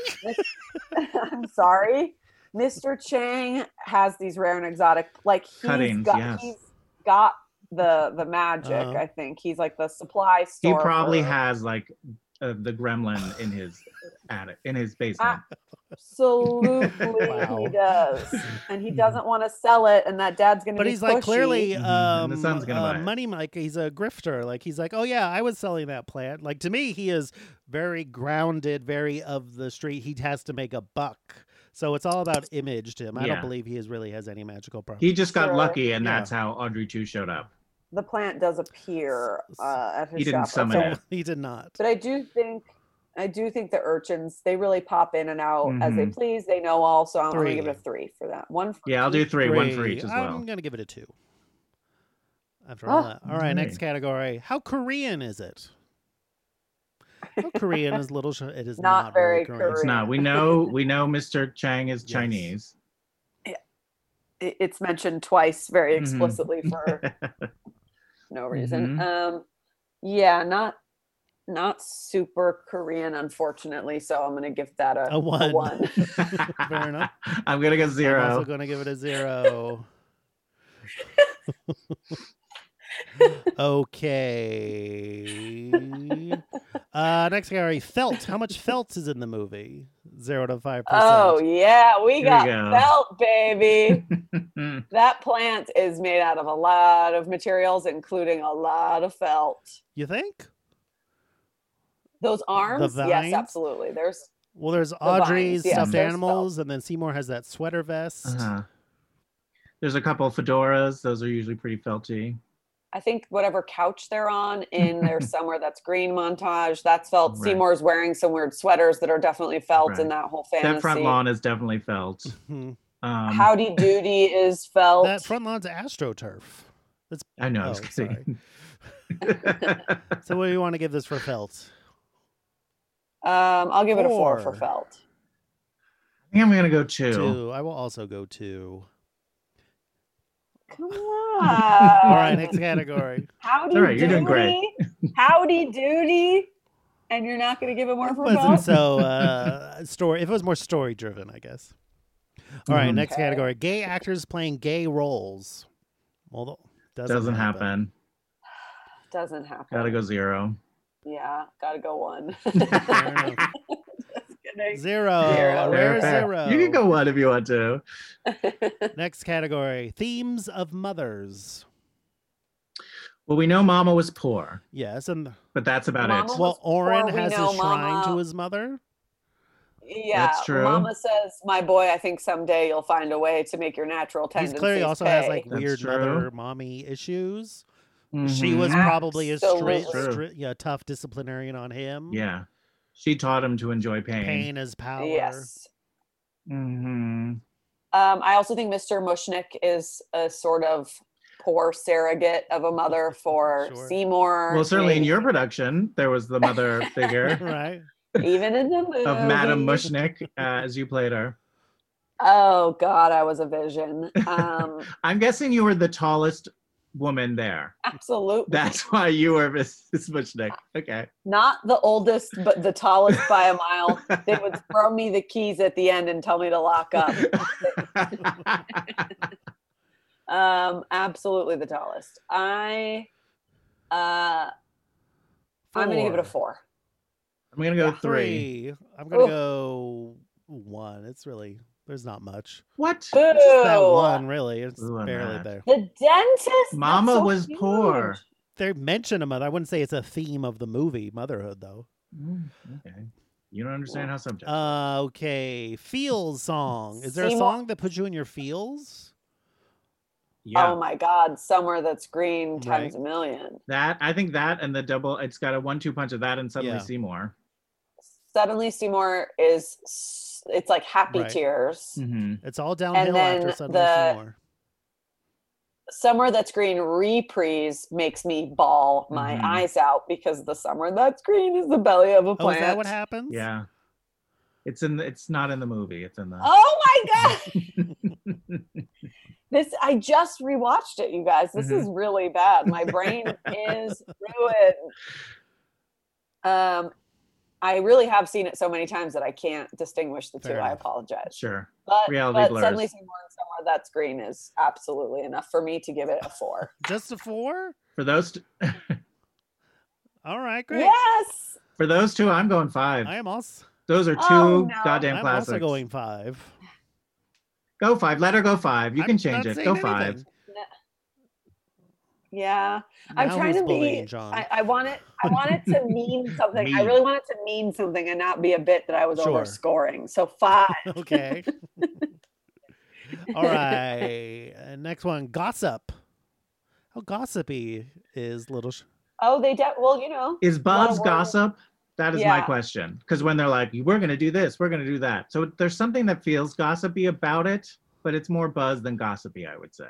I'm sorry. Mr. Chang has these rare and exotic like he's
Cuttings,
got
yes.
he's got the the magic,
Uh-huh.
I think. He's like the supply
he
store.
probably
for-
has like uh, the gremlin in his attic, in his basement.
Ah, Absolutely
Wow.
he does. And he doesn't want to sell it and that dad's gonna
But
be
he's like
pushy.
clearly
Mhm, and the
um,
sun's gonna
uh,
buy it.
money Mike. He's a grifter. Like he's like, oh yeah, I was selling that plant. Like to me, he is very grounded, very of the street. He has to make a buck, so it's all about image to him. I
Yeah.
don't believe he is really has any magical property.
he just got
Sure.
lucky, and
Yeah.
that's how Audrey Two showed up.
the plant does appear
S-
uh, at his
He didn't
shop.
summon
So-
it.
he did not.
But I do think I do think the urchins they really pop in and out as they
Mhm.
please. They know all, so I'm gonna give it a
Three.
three for that. One. For
Yeah, I'll do
each.
three, one for each as well.
I'm gonna give it a two. After all
Ah,
that, all right. Next category: How Korean is it? How Korean is little. Sh- it is not,
Not very
really Korean.
Ah,
It's not. We know. We know. Mr. Chang is
Yes.
Chinese.
I- It's mentioned twice very
Mhm.
Mm-hmm.
explicitly for no reason.
Mhm.
Um, yeah, not not super Korean, unfortunately. So I'm gonna give that a,
A one.
Fair
enough.
I'm gonna go
I'm also
zero.
going to give it a zero. okay. Uh, next category, felt. How much felt is in the movie? Zero to five percent.
Oh yeah, we
we
got
go.
felt, baby.
Mm.
that plant is made out of a lot of materials, including a lot of felt.
you think?
Those arms,
vines?
yes, absolutely. There's
Well, there's
vines,
Audrey's
yes,
stuffed
there's
animals, and then Seymour has that sweater vest.
Uh-huh. There's a couple fedoras. Those are usually pretty felty.
I think whatever couch they're on in there somewhere that's green montage. That's felt.
Right.
Seymour's wearing some weird sweaters that are definitely felt in
Right.
that whole fantasy.
That front lawn is definitely felt.
Mhm.
Um,
Howdy Doody is felt.
That front lawn's AstroTurf. That's
I know. I
Oh,
was kidding.
so. What do you want to give this for felt?
um, I'll give it a four for
Four.
felt.
I think I'm gonna go two.
Two. I will also go two.
Come
All
on.
right, next category.
Howdy
It's all right, you're doing great.
Doody. Howdy Doody. And you're not going to give it one for
wasn't
felt?
so uh, story. If it was more story driven, I guess. All right,
Mhm.
next
Okay.
category: gay actors playing gay roles. Well, doesn't,
Doesn't, happen.
Doesn't happen.
Gotta go zero.
Yeah, gotta go one.
Fair enough. Uh,
Kidding.
Zero.
Zero.
A rare
Fair, fair.
zero.
You can go one if you want to.
Next category: themes of mothers.
Well, we know Mama was poor,
Yes, and
but that's about
Mama-
it.
well,
poor,
Oren
we
has a
know,
shrine to
Mama.
his mother.
yeah,
That's true.
Mama says, "My boy, I think someday you'll find a way to make your natural
He's
tendencies."
clearly also
pay.
has like
That's
weird
true.
mother mommy issues. She was
Mhm.
probably a straight,
Absolutely.
stri- yeah, tough disciplinarian on him.
Mm-hmm. Yeah. She taught him to enjoy pain.
pain is power.
yes.
hmm
Um, I also think Mr. Mushnick is a sort of poor surrogate of a mother for
Sure.
Seymour.
Well, certainly in
maybe
your production, there was the mother figure
right.
even in the movie
of Madame Mushnick uh, as you played her.
Oh God, I was a vision. Um,
I'm guessing you were the tallest woman there.
absolutely.
That's why you were Mrs. Mushnick. Okay.
not the oldest, but the tallest by a mile. They would throw me the keys at the end and tell me to lock up. Um, absolutely the tallest. I, uh, i I'm gonna give it a four.
I'm gonna go three.
Three. I'm gonna
Oof.
go one. It's really there's not much.
What?
Boo!
It's just that one really. It's
Ooh, I'm
barely
mad.
there.
The dentist. that's
Mama
so
was poor.
huge.
They mention a mother. I wouldn't say it's a theme of the movie Motherhood though.
Mm, Okay. You don't understand how subject.
Uh, okay, feels song. Is there a
Seymour-
song that puts you in your feels?
yeah.
Oh my God! Somewhere that's green times
Right.
a million.
that I think that and the double. It's got a one-two punch of that and suddenly
Yeah.
Seymour.
Suddenly Seymour is. s- It's like happy
Right. Mm.
tears.
Mm-hmm.
It's all downhill
then
after suddenly
the-
Seymour.
Somewhere that's green reprise makes me bawl my
Mm-hmm.
Mhm.
eyes out because the summer that's green is the belly of a
Oh,
plant.
is that what happens?
Yeah. It's in. The, it's not in the movie. It's in the.
Oh my God! This I just rewatched it, you guys. This is really bad. My brain is ruined. Um, I really have seen it so many times that I can't distinguish the two.
Fair
I
enough.
apologize.
sure.
But,
Reality
but
blurs.
suddenly seeing one somewhere that's green is absolutely enough for me to give it a four.
Just a four?
For those. T-
All right, great.
yes.
for those two, I'm going five.
I am also
Those are two
Oh, no.
goddamn
I'm
classics.
also going five.
Go five. Let her go five. You
I'm
can change
not
it.
saying
Go five.
anything.
Yeah. I'm
Now
trying
who's
to
bullying
be
John?
I, I want it I want it to mean something. I
Mean.
really want it to mean something and not be a bit that I was
Sure.
overscoring. So five.
okay. All right. uh, Next one, gossip. How gossipy is little? Sh-
Oh, they de- well, you know.
Is Bob's
word.
gossip? That is my
Yeah.
question. Because when they're like, "We're going to do this. We're going to do that," so there's something that feels gossipy about it, but it's more buzz than gossipy, I would say.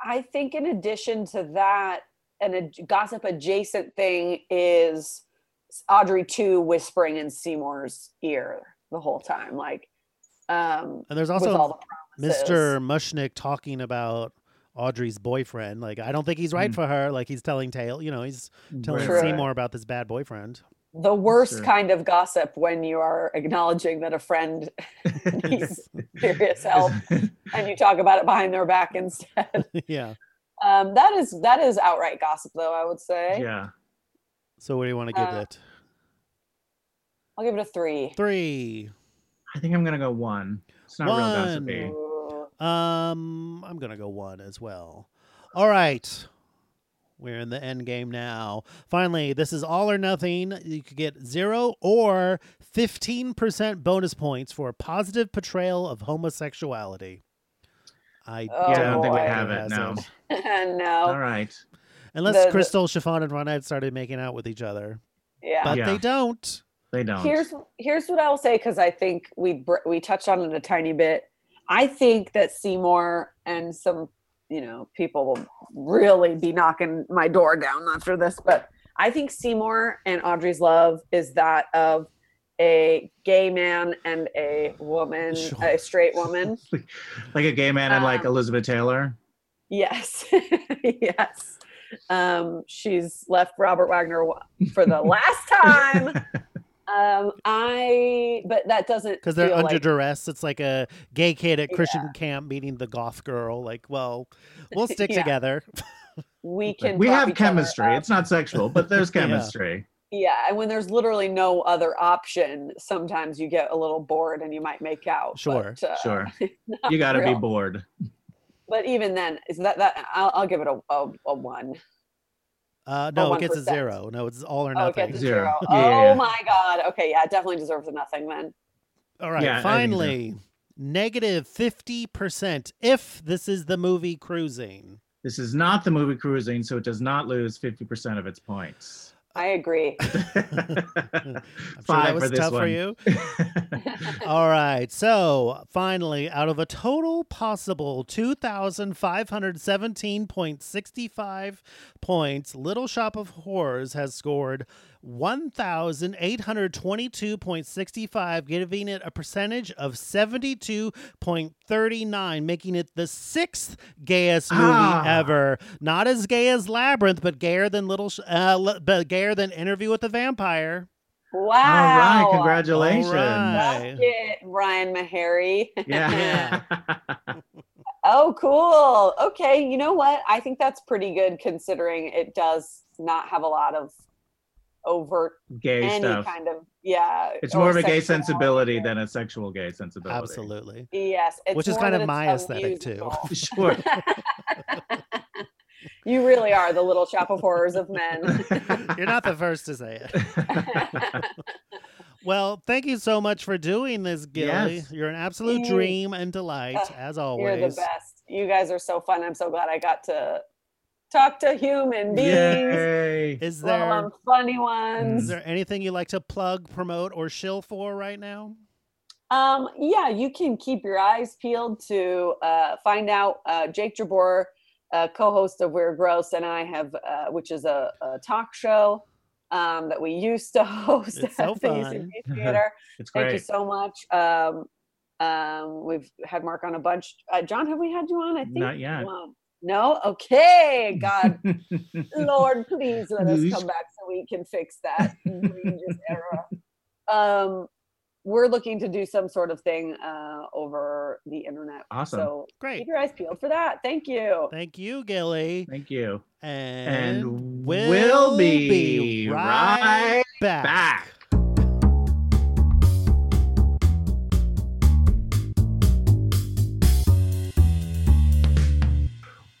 I think in addition to that, an ad- gossip adjacent thing is Audrey too whispering in Seymour's ear the whole time, like um,
and there's
with all
also
the
Mr. Mushnick talking about Audrey's boyfriend. Like, I don't think he's right
Mm.
for her. Like, he's telling Tail. You know, he's telling
True.
Seymour about this bad boyfriend.
the worst
Sure.
kind of gossip when you are acknowledging that a friend needs serious help and you talk about it behind their back instead.
yeah.
Um, that is that is outright gossip, though. I would say
yeah.
So, what do you want to give
Uh,
it?
I'll give it a three.
Three.
I think I'm gonna go one. It's not real gossipy.
One.
Ooh.
Um, I'm gonna go one as well. All right, we're in the end game now. Finally, this is all or nothing. You could get zero or fifteen percent bonus points for a positive portrayal of homosexuality. I
Oh, Yeah, I don't think we
know
have
who
it,
has
no. All
no,
right.
Unless
The- the-
Crystal, Chiffon, and Ronette started making out with each other,
yeah.
but
Yeah.
they don't.
They don't.
Here's here's what I'll say because I think we br- we touched on it a tiny bit. I think that Seymour and some, you know, people will really be knocking my door down after this, but I think Seymour and Audrey's love is that of a gay man and a woman,
Sure.
a straight woman.
like a gay man and like
Um,
Elizabeth Taylor.
Yes. yes. Um, she's left Robert Wagner wa- for the last time. Um, I, but that doesn't
Because they're
feel
under
like-
duress. It's like a gay kid at Christian camp meeting the goth girl. Like, well, we'll stick
Yeah.
together.
we can
we
prop
have
each other
chemistry.
up.
It's not sexual, but there's
Yeah.
chemistry.
yeah and when there's literally no other option sometimes you get a little bored and you might make out
Sure,
but, uh,
Sure. You got to be
real.
bored.
but even then is that that i'll, I'll give it a, a, a one
Uh, no, it gets a
1%.
zero. No, it's all
oh
or
it
nothing.
gets a
Zero.
zero.
Yeah, yeah,
oh
yeah. Uh,
my god okay yeah it definitely deserves a nothing then
All right.
Yeah, I think so.
finally, negative 50% if this is the movie Cruising.
This is not the movie Cruising, so it does not lose 50% of its points. Uh-huh.
i agree
I'm sure that was tough for you. All right. So finally, out of a total possible 2,517.65 points, Little Shop of Horrors has scored 1,822.65, giving it a percentage of 72.39, making it the sixth gayest movie
Ah.
ever. Not as gay as Labyrinth, but gayer than Little, Sh- uh, li- but gayer than Interview with the Vampire.
All
wow
right, congratulations.
All right.
Suck it, Ryan Meharry.
Yeah.
oh, cool. Okay, you know what? I think that's pretty good considering it does not have a lot of overt
gay
any
stuff.
kind of yeah.
it's
or
more of a gay
sexuality.
sensibility than a sexual gay sensibility.
Absolutely.
Yes, it's
Which is
more
kind
that
of
it's
my
a
aesthetic, too.
musical.
Sure.
you really are the little shop of horrors of men.
You're not the first to say it. Well, thank you so much for doing this, Gilly.
Yes.
You're an absolute
Yay. Ah,
dream and delight, as
You're
always.
the best. You guys are so fun. I'm so glad I got to talk to human beings.
Yay.
Is
Let
there
alone funny
is
ones.
there anything you like to plug, promote, or shill for right now?
Um, yeah, you can keep your eyes peeled to uh, find out. Uh, Jake Jabor, uh, co-host of We're Gross, and I have, uh, which is a, a talk show um, that we used to host
It's so
at the
fun.
UCB Theater.
It's
Thank you
great.
so much. Um, um, we've had Mark on a bunch. Uh, John, have we had you on? I think
Not yet.
Wow. No. Okay. God, Lord, please let us
Please.
come back so we can fix that egregious error. Um, we're looking to do some sort of thing uh, over the internet.
Awesome.
So
Great.
keep your eyes peeled for that. Thank you.
Thank you, Gilly.
Thank you.
And,
we'll
be,
be
right
right Back.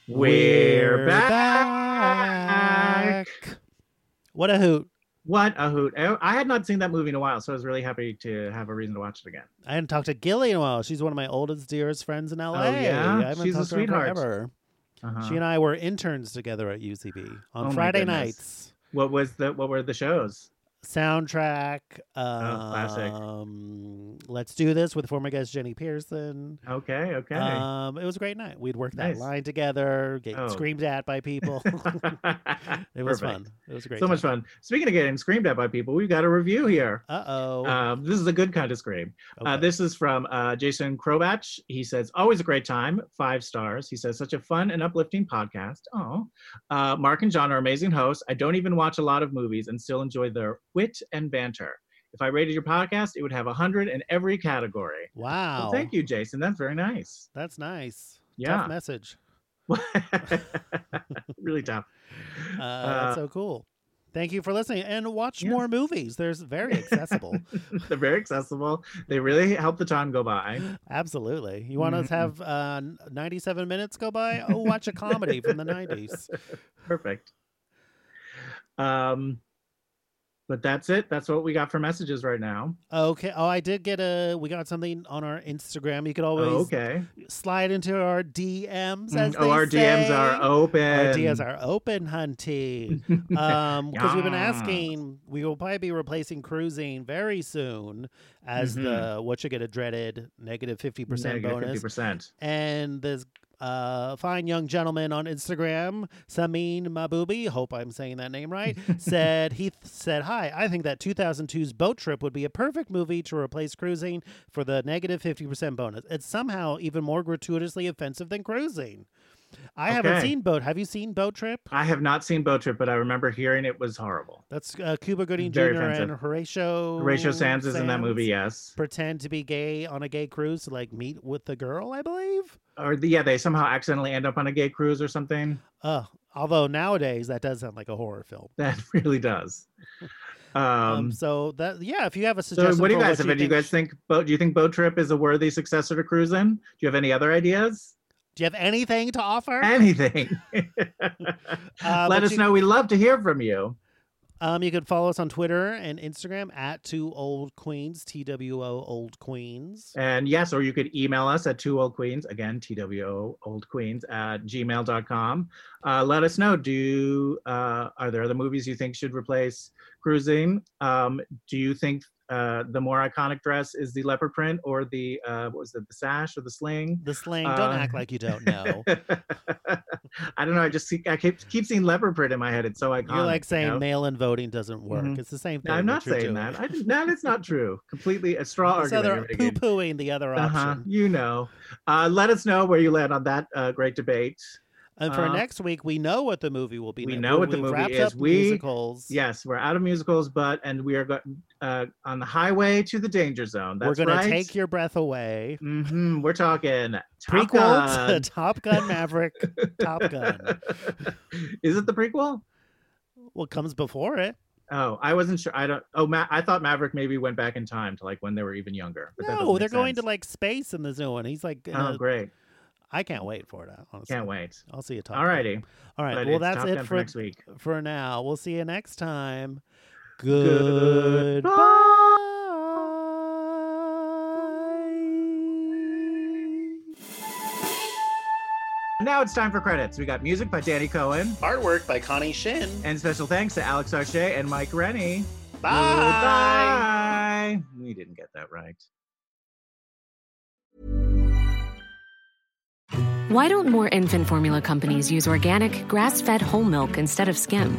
We're back.
back. What a hoot.
What a hoot. I I had not seen that movie in a while, so I was really happy to have a reason to watch it again.
I hadn't talked to Gilly in a while. She's one of my oldest, dearest friends in LA.
Oh, yeah?
I haven't
She's a
talked to her in
sweetheart.
forever.
Uh-huh.
She and I were interns together at UCB on
Oh my
Friday
goodness.
nights.
What was the what were the shows?
Soundtrack. Um,
Oh, classic.
Let's do this with former guest Jenny Pearson.
Okay, okay.
Um, it was a great night. We'd work that
Nice.
line together, get
Oh.
screamed at by people. it was
Perfect.
fun. It was a great.
So much fun. Speaking of getting screamed at by people, we've got a review here.
Uh oh.
Um, this is a good kind of scream. Uh, this is from uh, Jason Krobach. He says, always a great time, five stars. He says, such a fun and uplifting podcast. Oh, uh, Mark and John are amazing hosts. I don't even watch a lot of movies and still enjoy their wit and banter. If I rated your podcast, it would have 100 in every category.
wow.
Well, thank you, Jason. That's very nice.
That's nice.
Yeah.
Tough message.
really tough.
Uh,
Uh,
that's so cool. Thank you for listening and watch
yeah.
more movies. There's very accessible.
They're very accessible. They really help the time go by.
Absolutely. You want
Mm-hmm.
us to have uh, n- 97 minutes go by? Oh, watch a comedy from the 90s.
Perfect. Um, But that's it. That's what we got for messages right now.
Okay. Oh, I did get a. We got something on our Instagram. You could always
Oh, okay.
slide into our DMs.
Mm,
As
oh,
they
our DMs
say.
are open.
Our DMs are open, hunty. Um, because we've been
Yeah.
asking, we will probably be replacing cruising very soon as
Mm-hmm.
the what you get a dreaded negative fifty percent bonus.
50%.
And this uh, fine young gentleman on Instagram, Samin Mabubi, hope I'm saying that name right, said he th- said, "Hi, I think that 2002's boat trip would be a perfect movie to replace cruising for the negative 50% bonus. It's somehow even more gratuitously offensive than cruising." I haven't
Okay.
seen Boat. Have you seen Boat Trip?
I have not seen Boat Trip, but I remember hearing it was horrible.
That's uh, Cuba Gooding
Very
Jr. and
offensive.
Horatio.
Horatio Sands is in that movie,
Sands
yes.
Pretend to be gay on a gay cruise to like meet with the girl, I believe.
Or the, yeah, they somehow accidentally end up on a gay cruise or something.
Uh, although nowadays that does sound like a horror film.
That really does. Um,
Um, so that yeah, if you have a
so
suggestion,
what do you
for
guys have? Do you guys
sh-
think boat? Do you think Boat Trip is a worthy successor to Cruisin'? Do you have any other ideas?
Do you have anything to offer?
Anything?
Uh,
Let
but
us
you-
know. We love to hear from you.
Um, you can follow us on Twitter and Instagram at Two Old Queens, T W O Old Queens.
And yes, or you could email us at two old queens, again, TWO old queens at gmail.com. Uh, let us know. Do uh, Are there other movies you think should replace Cruising? Um, do you think uh, the more iconic dress is the leopard print or the, uh, what was it, the sash or the sling?
The slang. Don't
Uh,
act like you don't know.
I don't know. I just see, I keep, keep seeing leopard print in my head. It's so iconic.
You're like saying
you know?
mail-in voting doesn't work.
Mhm.
It's the same thing.
Um, No, I'm
that
not
you're doing.
saying that. I did, no, that's not true. Completely a straw
so
argument.
they're
you're making.
poo-pooing the other option.
Uh-huh. You know. Uh, let us know where you land on that uh, great debate.
And for
Uh,
next week, we know what the movie will be.
we
now.
know what the
we've
movie
wrapped Up
is. We-
musicals.
Yes, we're out of musicals, but and we are go- uh, on the highway to the danger zone. That's
we're gonna
right.
take your breath away.
hmm We're talking Top
Prequel to
Gun.
Top Gun Maverick. Top Gun.
Is it the prequel?
What comes before it?
Oh, I wasn't sure. I don't. Oh, Ma- I thought Maverick maybe went back in time to like when they were even younger. But that doesn't
no,
make
they're going to
sense.
like space in this new one. He's like, in
Oh,
a-
great!
I can't wait for it. Honestly,
Can't wait.
I'll see you. Top Gun.
All righty.
All right.
But
well,
it's
that's
Top
it
Gun
for
next week.
for now. We'll see you next time.
Goodbye.
Goodbye.
Now it's time for credits. We got music by Danny Cohen.
Artwork by Connie Shin.
And special thanks to Alex Archet and Mike Rennie.
Bye.
Goodbye. We didn't get that right.
Why don't more infant formula companies use organic, grass fed whole milk instead of skim?